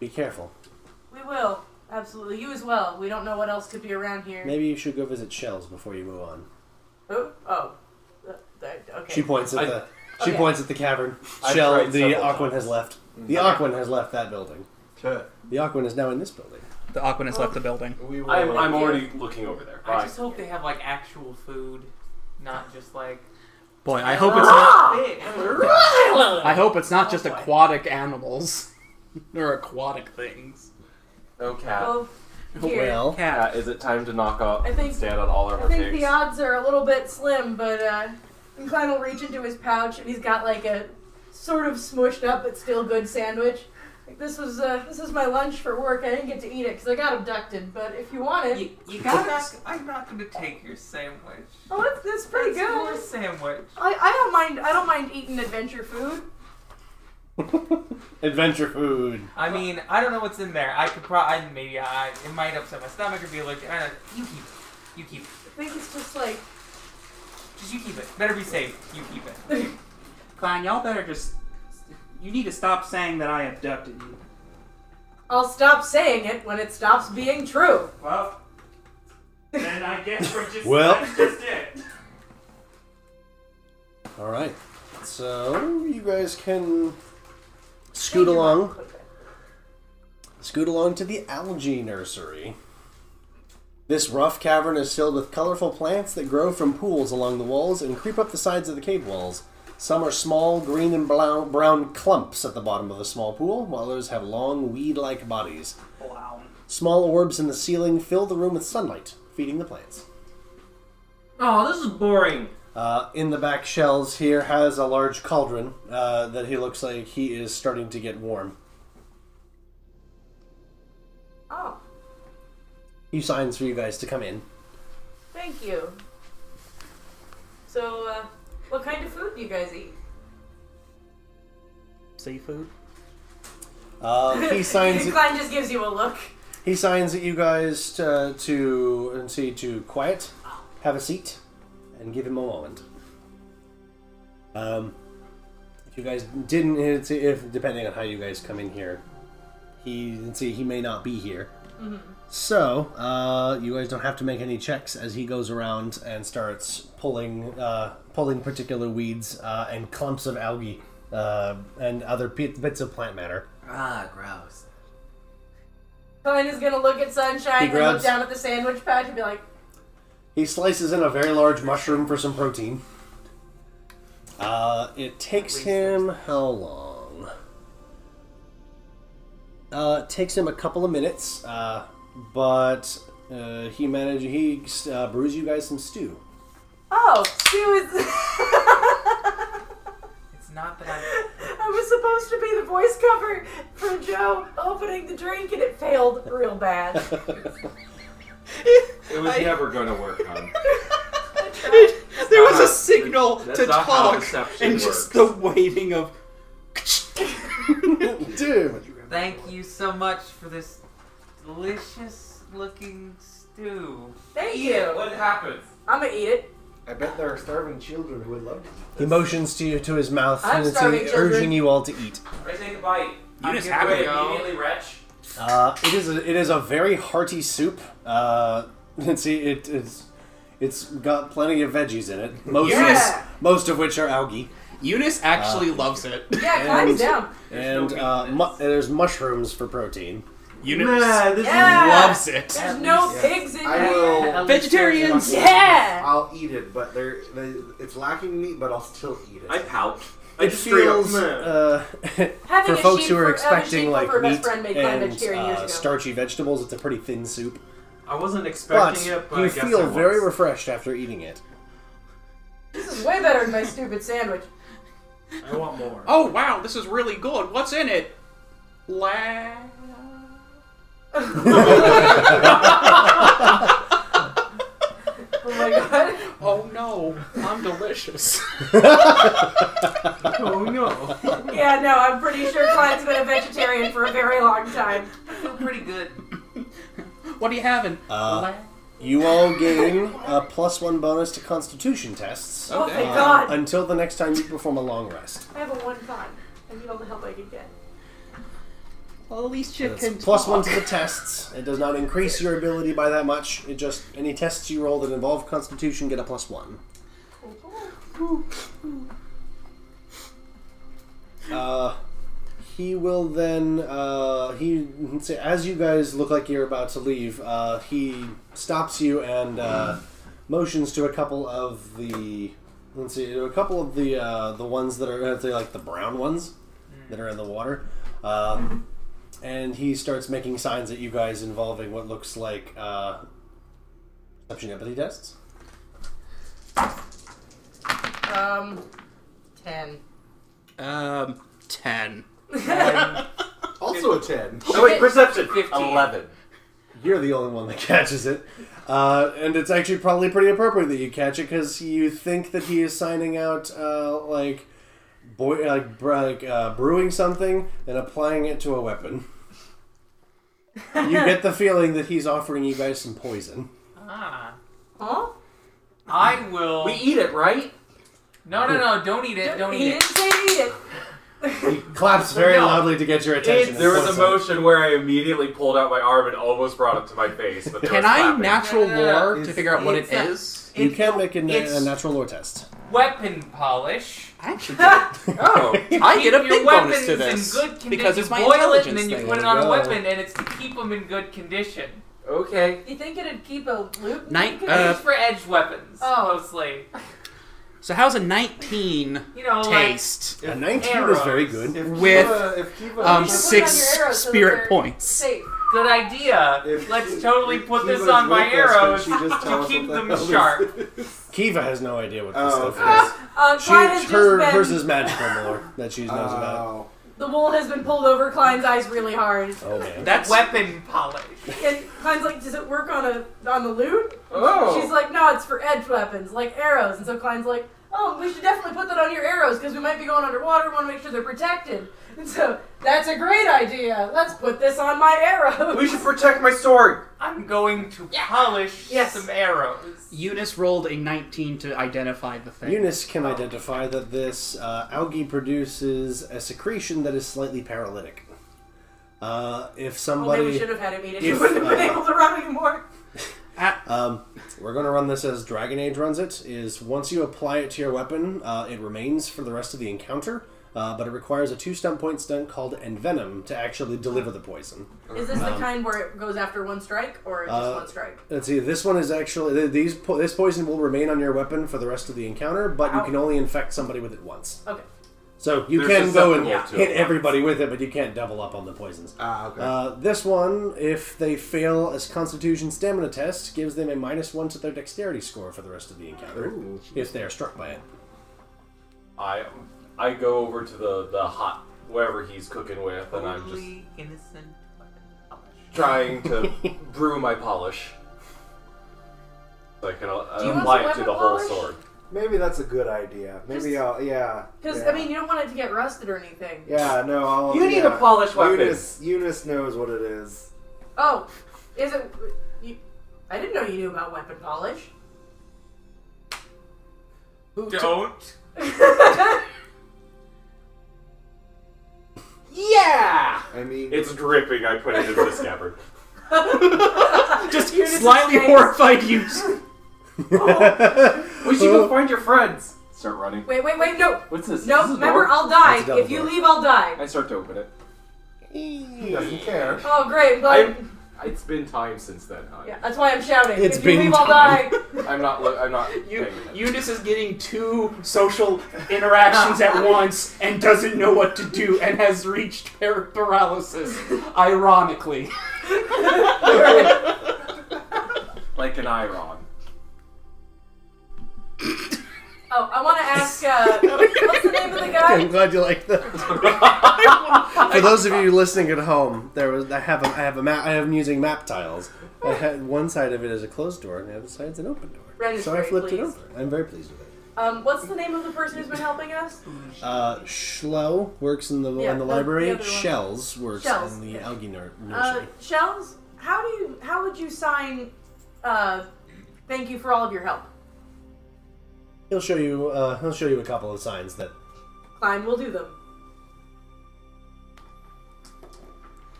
Be careful. We will. Absolutely. You as well. We don't know what else could be around here. Maybe you should go visit Shells before you move on. Oh, oh. Uh, that- okay. She points at I- the she Okay. points at the cavern. I've Shell, tried the several Mm-hmm. Aquan has left. The Aquan has left that building. Shit. The Aquan is now in this building. The Aquanus left the building. We will, I'm, I'm already looking over there. I Bye. just hope they have like actual food, not just like. Boy, I hope it's not. Ah! Big. I hope it's not Oh, just aquatic animals or aquatic things. No cat. Well, here. Well, cat, is it time to knock off Oh. I think- and stand on all of I our think pigs? the odds are a little bit slim, but uh, Klein will reach into his pouch and he's got like a sort of smushed up but still good sandwich. Like, this was uh, this is my lunch for work. I didn't get to eat it because I got abducted. But if you want it, You, you gotta ask. I'm not gonna take your sandwich. oh, it's, it's pretty It's your good. sandwich. I, I don't mind I don't mind eating adventure food. adventure food. I mean, I don't know what's in there. I could probably maybe I it might upset my stomach or be allergic. I don't know. You keep it. You keep I it. think it's just like Just you keep it. Better be safe. You keep it. Klein, y'all better just. You need to stop saying that I abducted you. I'll stop saying it when it stops being true. Well, then I guess we're just. Well. that's just it. All right. So you guys can scoot along, scoot along to the algae nursery. This rough cavern is filled with colorful plants that grow from pools along the walls and creep up the sides of the cave walls. Some are small, green and brown, brown clumps at the bottom of the small pool, while others have long, weed-like bodies. Wow. Small orbs in the ceiling fill the room with sunlight, feeding the plants. Oh, this is boring. Uh, in the back shells here has a large cauldron uh, that he looks like he is starting to get warm. Oh, He signs for you guys to come in. Thank you. So, uh, what kind of food do you guys eat? Seafood. Um, he signs. Klein just gives you a look. He signs at you guys to, to and see to quiet, have a seat, and give him a moment. Um, if you guys didn't, it's if depending on how you guys come in here, he and see he may not be here. So uh, you guys don't have to make any checks as he goes around and starts pulling uh, pulling particular weeds uh, and clumps of algae uh, and other p- bits of plant matter. Ah, gross. Klein is gonna look at Sunshine He and grabs- look down at the sandwich patch and be like, He slices in a very large mushroom for some protein. Uh, it takes him how long? Uh, it takes him a couple of minutes, uh, but uh, he managed. He uh, brews you guys some stew. "Oh, Stu is." It's not that I'm. I was supposed to be the voice cover for Joe opening the drink, and it failed real bad. It was never going to work on. There not was a how- signal that's to not how talk, deception and just the waiting of. Dude, Thank you so much for this delicious looking stew. Thank Eat it. you. What happens? I'm gonna eat it. I bet there are starving children who would love to he motions to you to his mouth, I'm and it's starving, children. urging you all to eat. I take a bite. You just have to go. wretch. Uh, it is a, it is a very hearty soup. Uh, let's see, it is it's got plenty of veggies in it. Most Yeah. of, most of which are algae. Eunice actually loves it. Yeah, Klein's down. and uh, mu- there's mushrooms for protein. Eunice this Yeah. loves it. There's no least- pigs in I here. will. Vegetarians. Yeah. I'll eat it, but there, they, it's lacking meat, but I'll still eat it. I pout. I It just straight up, feels "Meh." uh, Having for a folks sheep who are for- uh, sheep expecting for like her best meat friend made Klein and vegetarian years uh, ago. starchy vegetables. It's a pretty thin soup, I wasn't but expecting it, but you I guess I feel was. very refreshed after eating it. This is way better than my stupid sandwich. I want more. Oh wow, this is really good. What's in it? La. Oh my god. Oh no, I'm delicious. Oh no. Yeah, no, I'm pretty sure Klein's been a vegetarian for a very long time. I feel pretty good. What are you having? Uh, you all gain a plus one bonus to Constitution tests Oh Okay. thank uh, god. until the next time you perform a long rest. I have a one con. I need all the help I can get. Well, at least you It's plus one to the tests. It does not increase your ability by that much. It just any tests you roll that involve Constitution get a plus one. Uh, he will then uh, he so as you guys look like you're about to leave, uh, he stops you and uh, motions to a couple of the let's see to a couple of the uh, the ones that are let's say like the brown ones that are in the water. Uh, and he starts making signs at you guys involving what looks like uh, perception empathy tests. Um ten. Um, ten. also a ten. Oh wait, perception. 15. Eleven. You're the only one that catches it. Uh, and it's actually probably pretty appropriate that you catch it because you think that he is signing out uh, like boy, like, br- like uh, brewing something and applying it to a weapon. you get the feeling that he's offering you guys some poison. Ah. Huh? I will. We eat it, right? No, no, no! Don't eat it! Don't he eat it! didn't say eat it. He claps very No. loudly to get your attention. There was a Poison. motion where I immediately pulled out my arm and almost brought it to my face. But there Can was I clapping. natural No, no, no, no. lore to It's- figure out what it it's a- is? You can make a, na- it's- a natural lore test. Weapon polish. I actually did. Oh, I get a Keep your big bonus to weapons this in good condition. because it's my you boil it and intelligence then you thing. put it on There a you go. weapon, and it's to keep them in good condition. okay. You think it'd keep a loop? Nine- Could- Uh, It's for edge weapons, Oh. mostly. So how's a nineteen You know, Oh, taste? A 19 was very If good. Kiva, With, if Kiva, Um, You should put it six on your arrows so that spirit they're points. Safe. like good idea. If- Let's totally if put she this was on my with us, couldn't arrows she just tell to us keep what the them hell this sharp. is? Kiva has no idea what this Oh, stuff is. Uh, Klein has She, her, just been. hers is magical lore that she knows about. Oh. The wool has been pulled over. Klein's eyes really hard. Oh man. That's Weapon polish. And Klein's like, "Does it work on a on the loot?" Oh. She's like, "No, it's for edge weapons, like arrows." And so Klein's like, "Oh, we should definitely put that on your arrows because we might be going underwater. We want to make sure they're protected." And so that's a great idea. Let's put this on my arrows. We should protect my sword. I'm going to polish Yes. some arrows. Eunice rolled a 19 to identify the thing. Eunice can identify that this uh, algae produces a secretion that is slightly paralytic. Uh, if Well, maybe Oh, we somebody, should have had it meet. If, She wouldn't have been uh, able to run anymore. um, we're going to run this as Dragon Age runs it. Is once you apply it to your weapon, uh, it remains for the rest of the encounter, uh, but it requires a two stun point stunt called Envenom to actually deliver the poison. Is this the kind where it goes after one strike or just one strike? Let's see. This one is actually th- these po- this poison will remain on your weapon for the rest of the encounter, but you can only infect somebody with it once. Okay. So you They're can go and susceptible to hit it everybody with it, but you can't double up on the poisons. Ah, okay. Uh, this one, if they fail a Constitution stamina test, gives them a minus one to their Dexterity score for the rest of the encounter Ooh. if they are struck by it. I I go over to the the hot whatever he's cooking with, and I'm just Totally innocent weapon polish. trying to brew my polish. So I can uh, Do you want apply some it to the weapon whole polish? sword. Maybe that's a good idea. Maybe Just- I'll. Yeah. Because yeah. I mean, you don't want it to get rusted or anything. Yeah. No. I'll, You need yeah. a polished weapon. Eunice, Eunice knows what it is. Oh, is it? You, I didn't know you knew about weapon polish. Don't. Yeah. I mean, It's dripping. I put it in the scabbard. Just Eunice's slightly face. horrified Eunice. We should go find your friends. Start running. Wait, wait, wait! No, What's this? no! Is this a Remember, door? I'll die It's a double if you door. leave. I'll die. I start to open it. he doesn't care. Oh, great! But I'm, it's been time since then, huh? yeah, that's why I'm shouting. It's if you been leave, I'll die. time. I'm not. Lo- I'm not. Eu- paying attention. Eunice is getting two social interactions at once and doesn't know what to do and has reached par- paralysis, ironically. like an iron. Oh, I want to ask. Uh, what's the name of the guy? I'm glad you like that. For those of you listening at home, there was I have a, I have a map. I am using map tiles. I had, one side of it is a closed door, and the other side's an open door. so I Registry, flipped please. it over. I'm very pleased with it. Um, what's the name of the person who's been helping us? Uh, Schlo works in the Yeah, in the the- library. the other one. Shells works Shells, in the yeah. algae nur- Uh, nursery. Shells, how do you? How would you sign? Uh, thank you for all of your help. he'll show you. Uh, he'll show you a couple of signs that Klein will do them.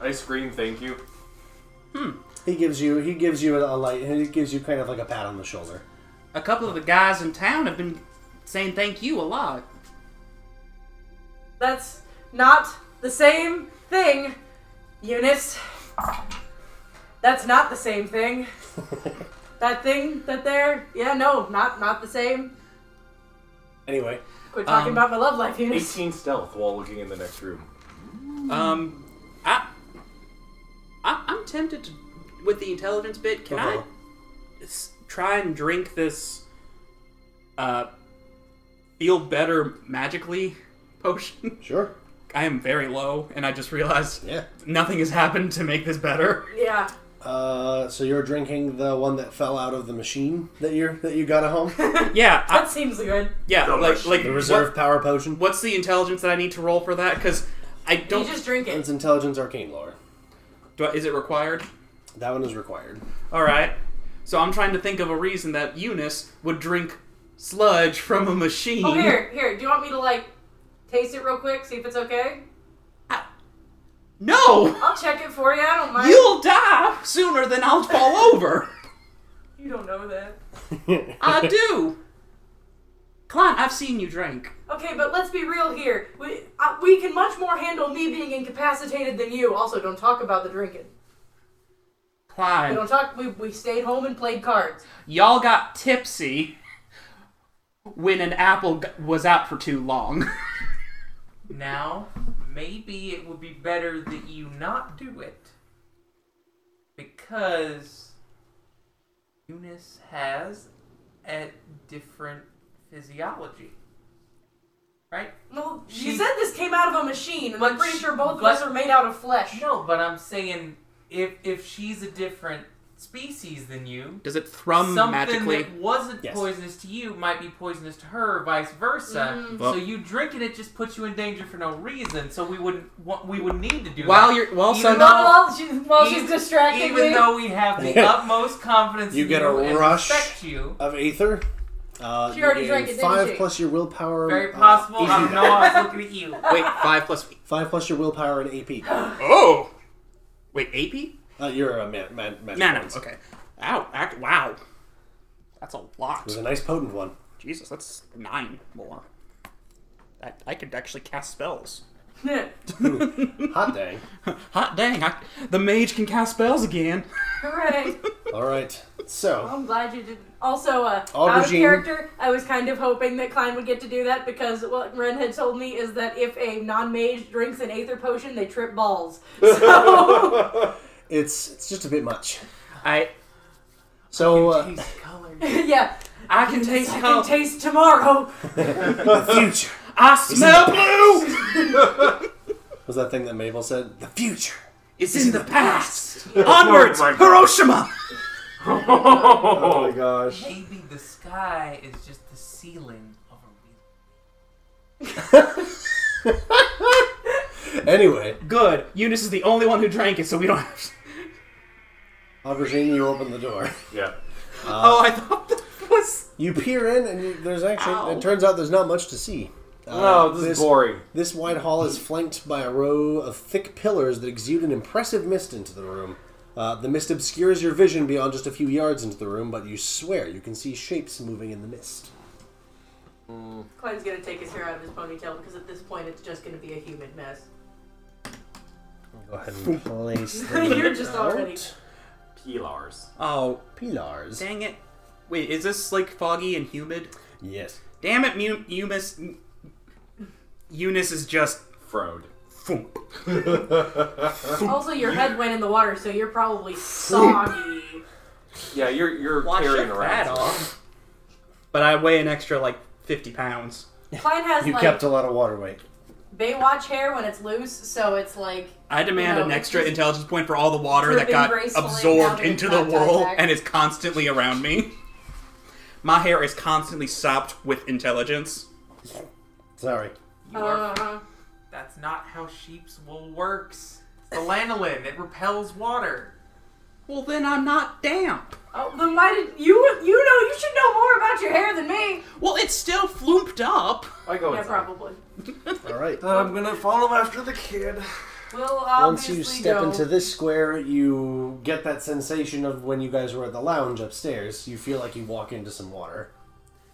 I scream, thank you. he gives you. He gives you a, a light. He gives you kind of like a pat on the shoulder. A couple of the guys in town have been saying thank you a lot. That's not the same thing, Eunice. That's not the same thing. that thing that there, yeah, no, not not the same. Anyway, Quit talking Um, about my love life, Eunice. 18 stealth while looking in the next room. Um, I, I I'm tempted to, with the intelligence bit. Can Uh-huh. I s- try and drink this? Uh, feel better magically potion. sure. I am very low, and I just realized Yeah. nothing has happened to make this better. Yeah, Uh, so you're drinking the one that fell out of the machine that you are that you got at home, Yeah, I, that seems good. yeah, like like the what- reserve power potion. what's the intelligence that I need to roll for that? Because I You don't. just drink It's it. intelligence arcane lore. do I, is it required? That one is required. All right. So I'm trying to think of a reason that Eunice would drink sludge from a machine. Oh, here, here. Do you want me to like taste it real quick, see if it's okay? No! I'll check it for you. I don't mind. You'll die sooner than I'll fall over. You don't know that. I do. Klein, I've seen you drink. Okay, but let's be real here. We uh, we can much more handle me being incapacitated than you. Also, don't talk about the drinking. We Klein, don't talk. We, we stayed home and played cards. y'all got tipsy when an apple g- was out for too long. Now, maybe it would be better that you not do it. Because Eunice has a different physiology. right? No, you She- said this came out of a machine, and I'm But she- pretty sure both of but- us are made out of flesh. No, but I'm saying if if she's a different species than you, Does it thrum something magically? that wasn't Yes. poisonous to you might be poisonous to her, vice versa. Mm-hmm. Mm. So Well- you drinking it just puts you in danger for no reason. So we wouldn't wa- we would need to do While that. you're- while Even some- though- Not while she- while she's even- distracting even me. though we have the utmost confidence, You in get a and rush respect you. of aether. Uh, She you already gain drank it, didn't Five she? plus your willpower. Very uh, possible. AP. I don't know. I was looking at you. Wait, five plus. Five plus your willpower and AP. oh, wait, AP? Uh, you're a man. man, man Mana. Okay. Ow. Act, wow. That's a lot. It was a nice potent one. Jesus, that's nine more. I, I could actually cast spells. Hot dang. Hot dang. I, the mage can cast spells again. Hooray! All right. So I'm glad you did. Also, uh, out of Aubergine. character, I was kind of hoping that Klein would get to do that because what Ren had told me is that if a non-mage drinks an aether potion, they trip balls. it's it's just a bit much. I. So uh, yeah. I can taste I how- can taste tomorrow. the future I It's in smell the blue. was that thing that Mabel said. The future. It's in the past. Onwards, Oh my God. Hiroshima. Oh my gosh. Maybe the sky is just the ceiling of Anyway, Good. Eunice is the only one who drank it, so we don't have. to- Aubergine, you open the door. Yeah. Uh, oh, I thought that was. You peer in, and you, there's actually. Ow. It turns out there's not much to see. Uh, Oh, No, uh, this is boring. This wide hall is flanked by a row of thick pillars that exude an impressive mist into the room. Uh, the mist obscures your vision beyond just a few yards into the room, but you swear you can see shapes moving in the mist. Klein's gonna take his hair out of his ponytail because at this point it's just gonna be a humid mess. Go ahead and place You're just already. Pilars. Oh, Pilars. Dang it. Wait, is this like foggy and humid? Yes. Damn it, Mu- Eunice. Eunice is just. Frode. Thump. Also, your head went in the water, so you're probably soggy. Yeah, you're you're Wash carrying your around. fat off. But I weigh an extra like 50 pounds. Klein has You like kept a lot of water weight. Baywatch hair when it's loose, so it's like I demand No, an it's extra just intelligence point for all the water that dripping got gracefully down absorbed to the into the contact wool act. and is constantly around me. My hair is constantly sopped with intelligence. Sorry. You are- Uh-huh. That's not how sheep's wool works. It's the lanolin. It repels water. Well, then I'm not damp. Oh, then why did you? You know, you should know more about your hair than me. Well, it's still floomped up. I go Yeah, inside. probably. All right. I'm gonna follow after the kid. Well, Once obviously you step go. into this square, you get that sensation of when you guys were at the lounge upstairs. You feel like you walk into some water.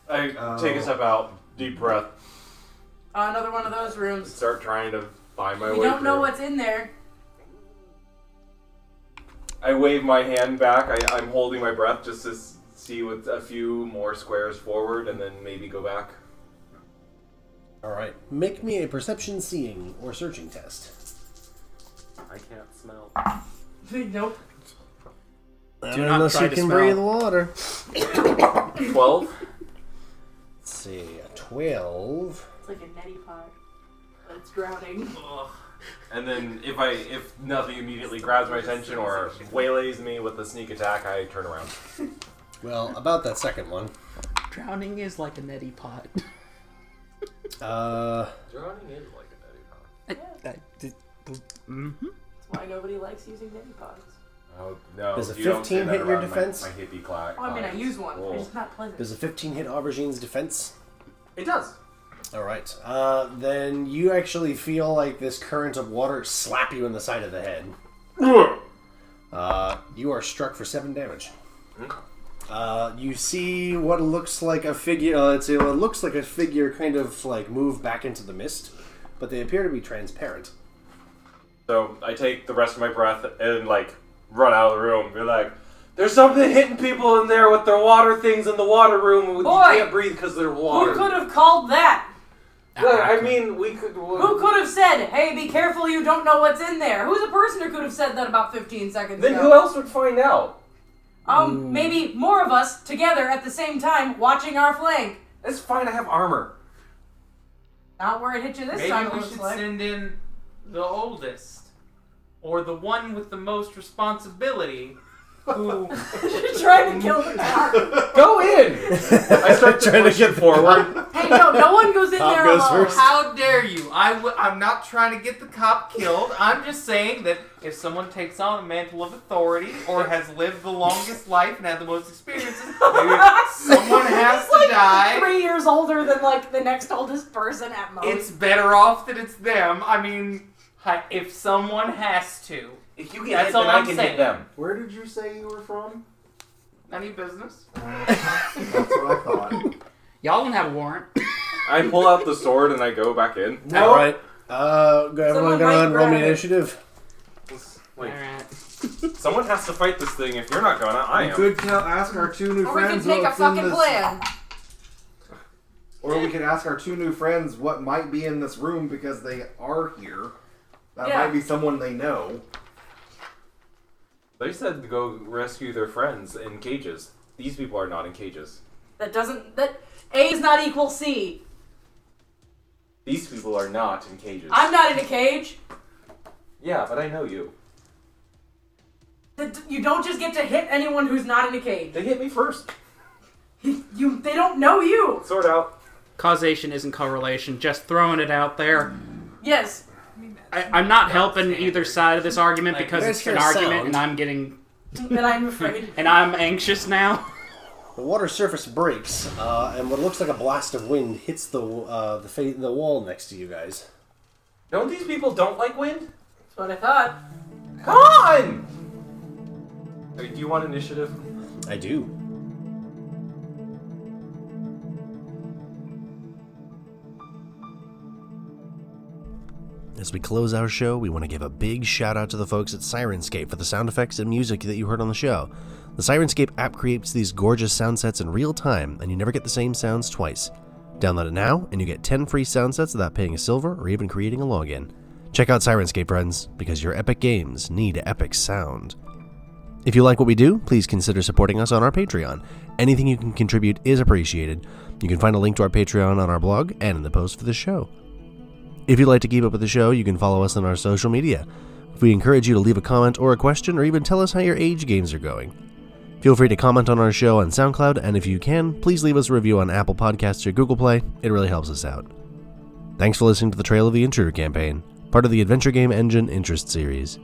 I take a step out, deep breath, Uh, another one of those and rooms. start trying to find my We way. don't know through. what's in there. I wave my hand back. I, I'm holding my breath just to s- see with a few more squares forward, and then maybe go back. All right. Make me a perception, seeing, or searching test. I can't smell. nope. Do not unless try you to can smell. breathe water. Twelve. Let's see, a 12. It's like a neti pot, but it's drowning. Ugh. And then if I if nothing immediately grabs my attention or waylays me with a sneak attack, I turn around. Well, about that second one. Drowning is like a neti pot. Uh, Drowning is like a neti pot. mm-hmm. That's why nobody likes using neti pots. Oh no! Does a you don't say 15 that hit your around my- defense? My, hippie cla- Oh, I mean, I clients. use one. Whoa. It's just not pleasant. does a 15 hit Aubergine's defense? It does. All right. Uh, then you actually feel like this current of water slap you in the side of the head. Uh, you are struck for seven damage. Uh, you see what looks like a figure. Uh, let's see, what looks like a figure kind of like move back into the mist, but they appear to be transparent. So I take the rest of my breath and like run out of the room. Be like, "There's something hitting people in there with their water things in the water room. We Boy! can't breathe because they're Who water." could have called that? Yeah, Ah, I mean, we could. Who could have said, "Hey, be careful, you don't know what's in there"? Who's a person who could have said that about 15 seconds Then ago? who Hmm. else would find out? Um, maybe more of us together at the same time watching our flank. It's fine. I have armor. Not where it hit you this Maybe time. it we looks should like. send in the oldest or the one with the most responsibility. Who trying to kill the cock. Go in. I start trying to get forward. Hey, no, no one goes in Cop there goes alone. first. How dare you? i w- I'm not trying to get the cop killed. I'm just saying that if someone takes on a mantle of authority or has lived the longest life and had the most experiences, maybe someone has He's to like die. Three years older than like the next oldest person at most. It's better off that it's them. I mean, Oh. hi- if someone has to. If you That's all I'm saying. Where did you say you were from? Any business? That's what I thought. Y'all don't have a warrant. I pull out the sword and I go back in. All right. Uh, go- everyone Someone go might ahead and roll me grab it. initiative. Like, Alright. someone has to fight this thing. If you're not gonna, I We am. could tell, ask our two new or we friends could make a what's in fucking this- plan. Or we could ask our two new friends what might be in this room because they are here. That Yeah. might be someone they know. They said to go rescue their friends in cages. These people are not in cages. That doesn't that A is not equal C. These people are not in cages. I'm not in a cage. Yeah, but I know you. That- You don't just get to hit anyone who's not in a cage. They hit me first. You they don't know you. Sword out. Causation isn't correlation. Just throwing it out there. Yes. I, I'm not helping either side of this argument Like, because where's it's an your argument, sound? and I'm getting Then I'm afraid. and I'm anxious now. The water surface breaks, uh, and what looks like a blast of wind hits the uh, the, fa- the wall next to you guys. Don't these people don't like wind? That's what I thought. Come on! Hey, do you want initiative? I do. As we close our show, we want to give a big shout out to the folks at Sirenscape for the sound effects and music that you heard on the show. The Sirenscape app creates these gorgeous sound sets in real time, and you never get the same sounds twice. Download it now, and you get 10 free sound sets without paying a silver or even creating a login. Check out Sirenscape, friends, because your epic games need epic sound. If you like what we do, please consider supporting us on our Patreon. Anything you can contribute is appreciated. You can find a link to our Patreon on our blog and in the post for the show. If you'd like to keep up with the show, you can follow us on our social media. We encourage you to leave a comment or a question or even tell us how your age games are going. Feel free to comment on our show on SoundCloud, and if you can, please leave us a review on Apple Podcasts or Google Play. It really helps us out. Thanks for listening to the Trail of the Intruder campaign, part of the Adventure Game Engine Interest series.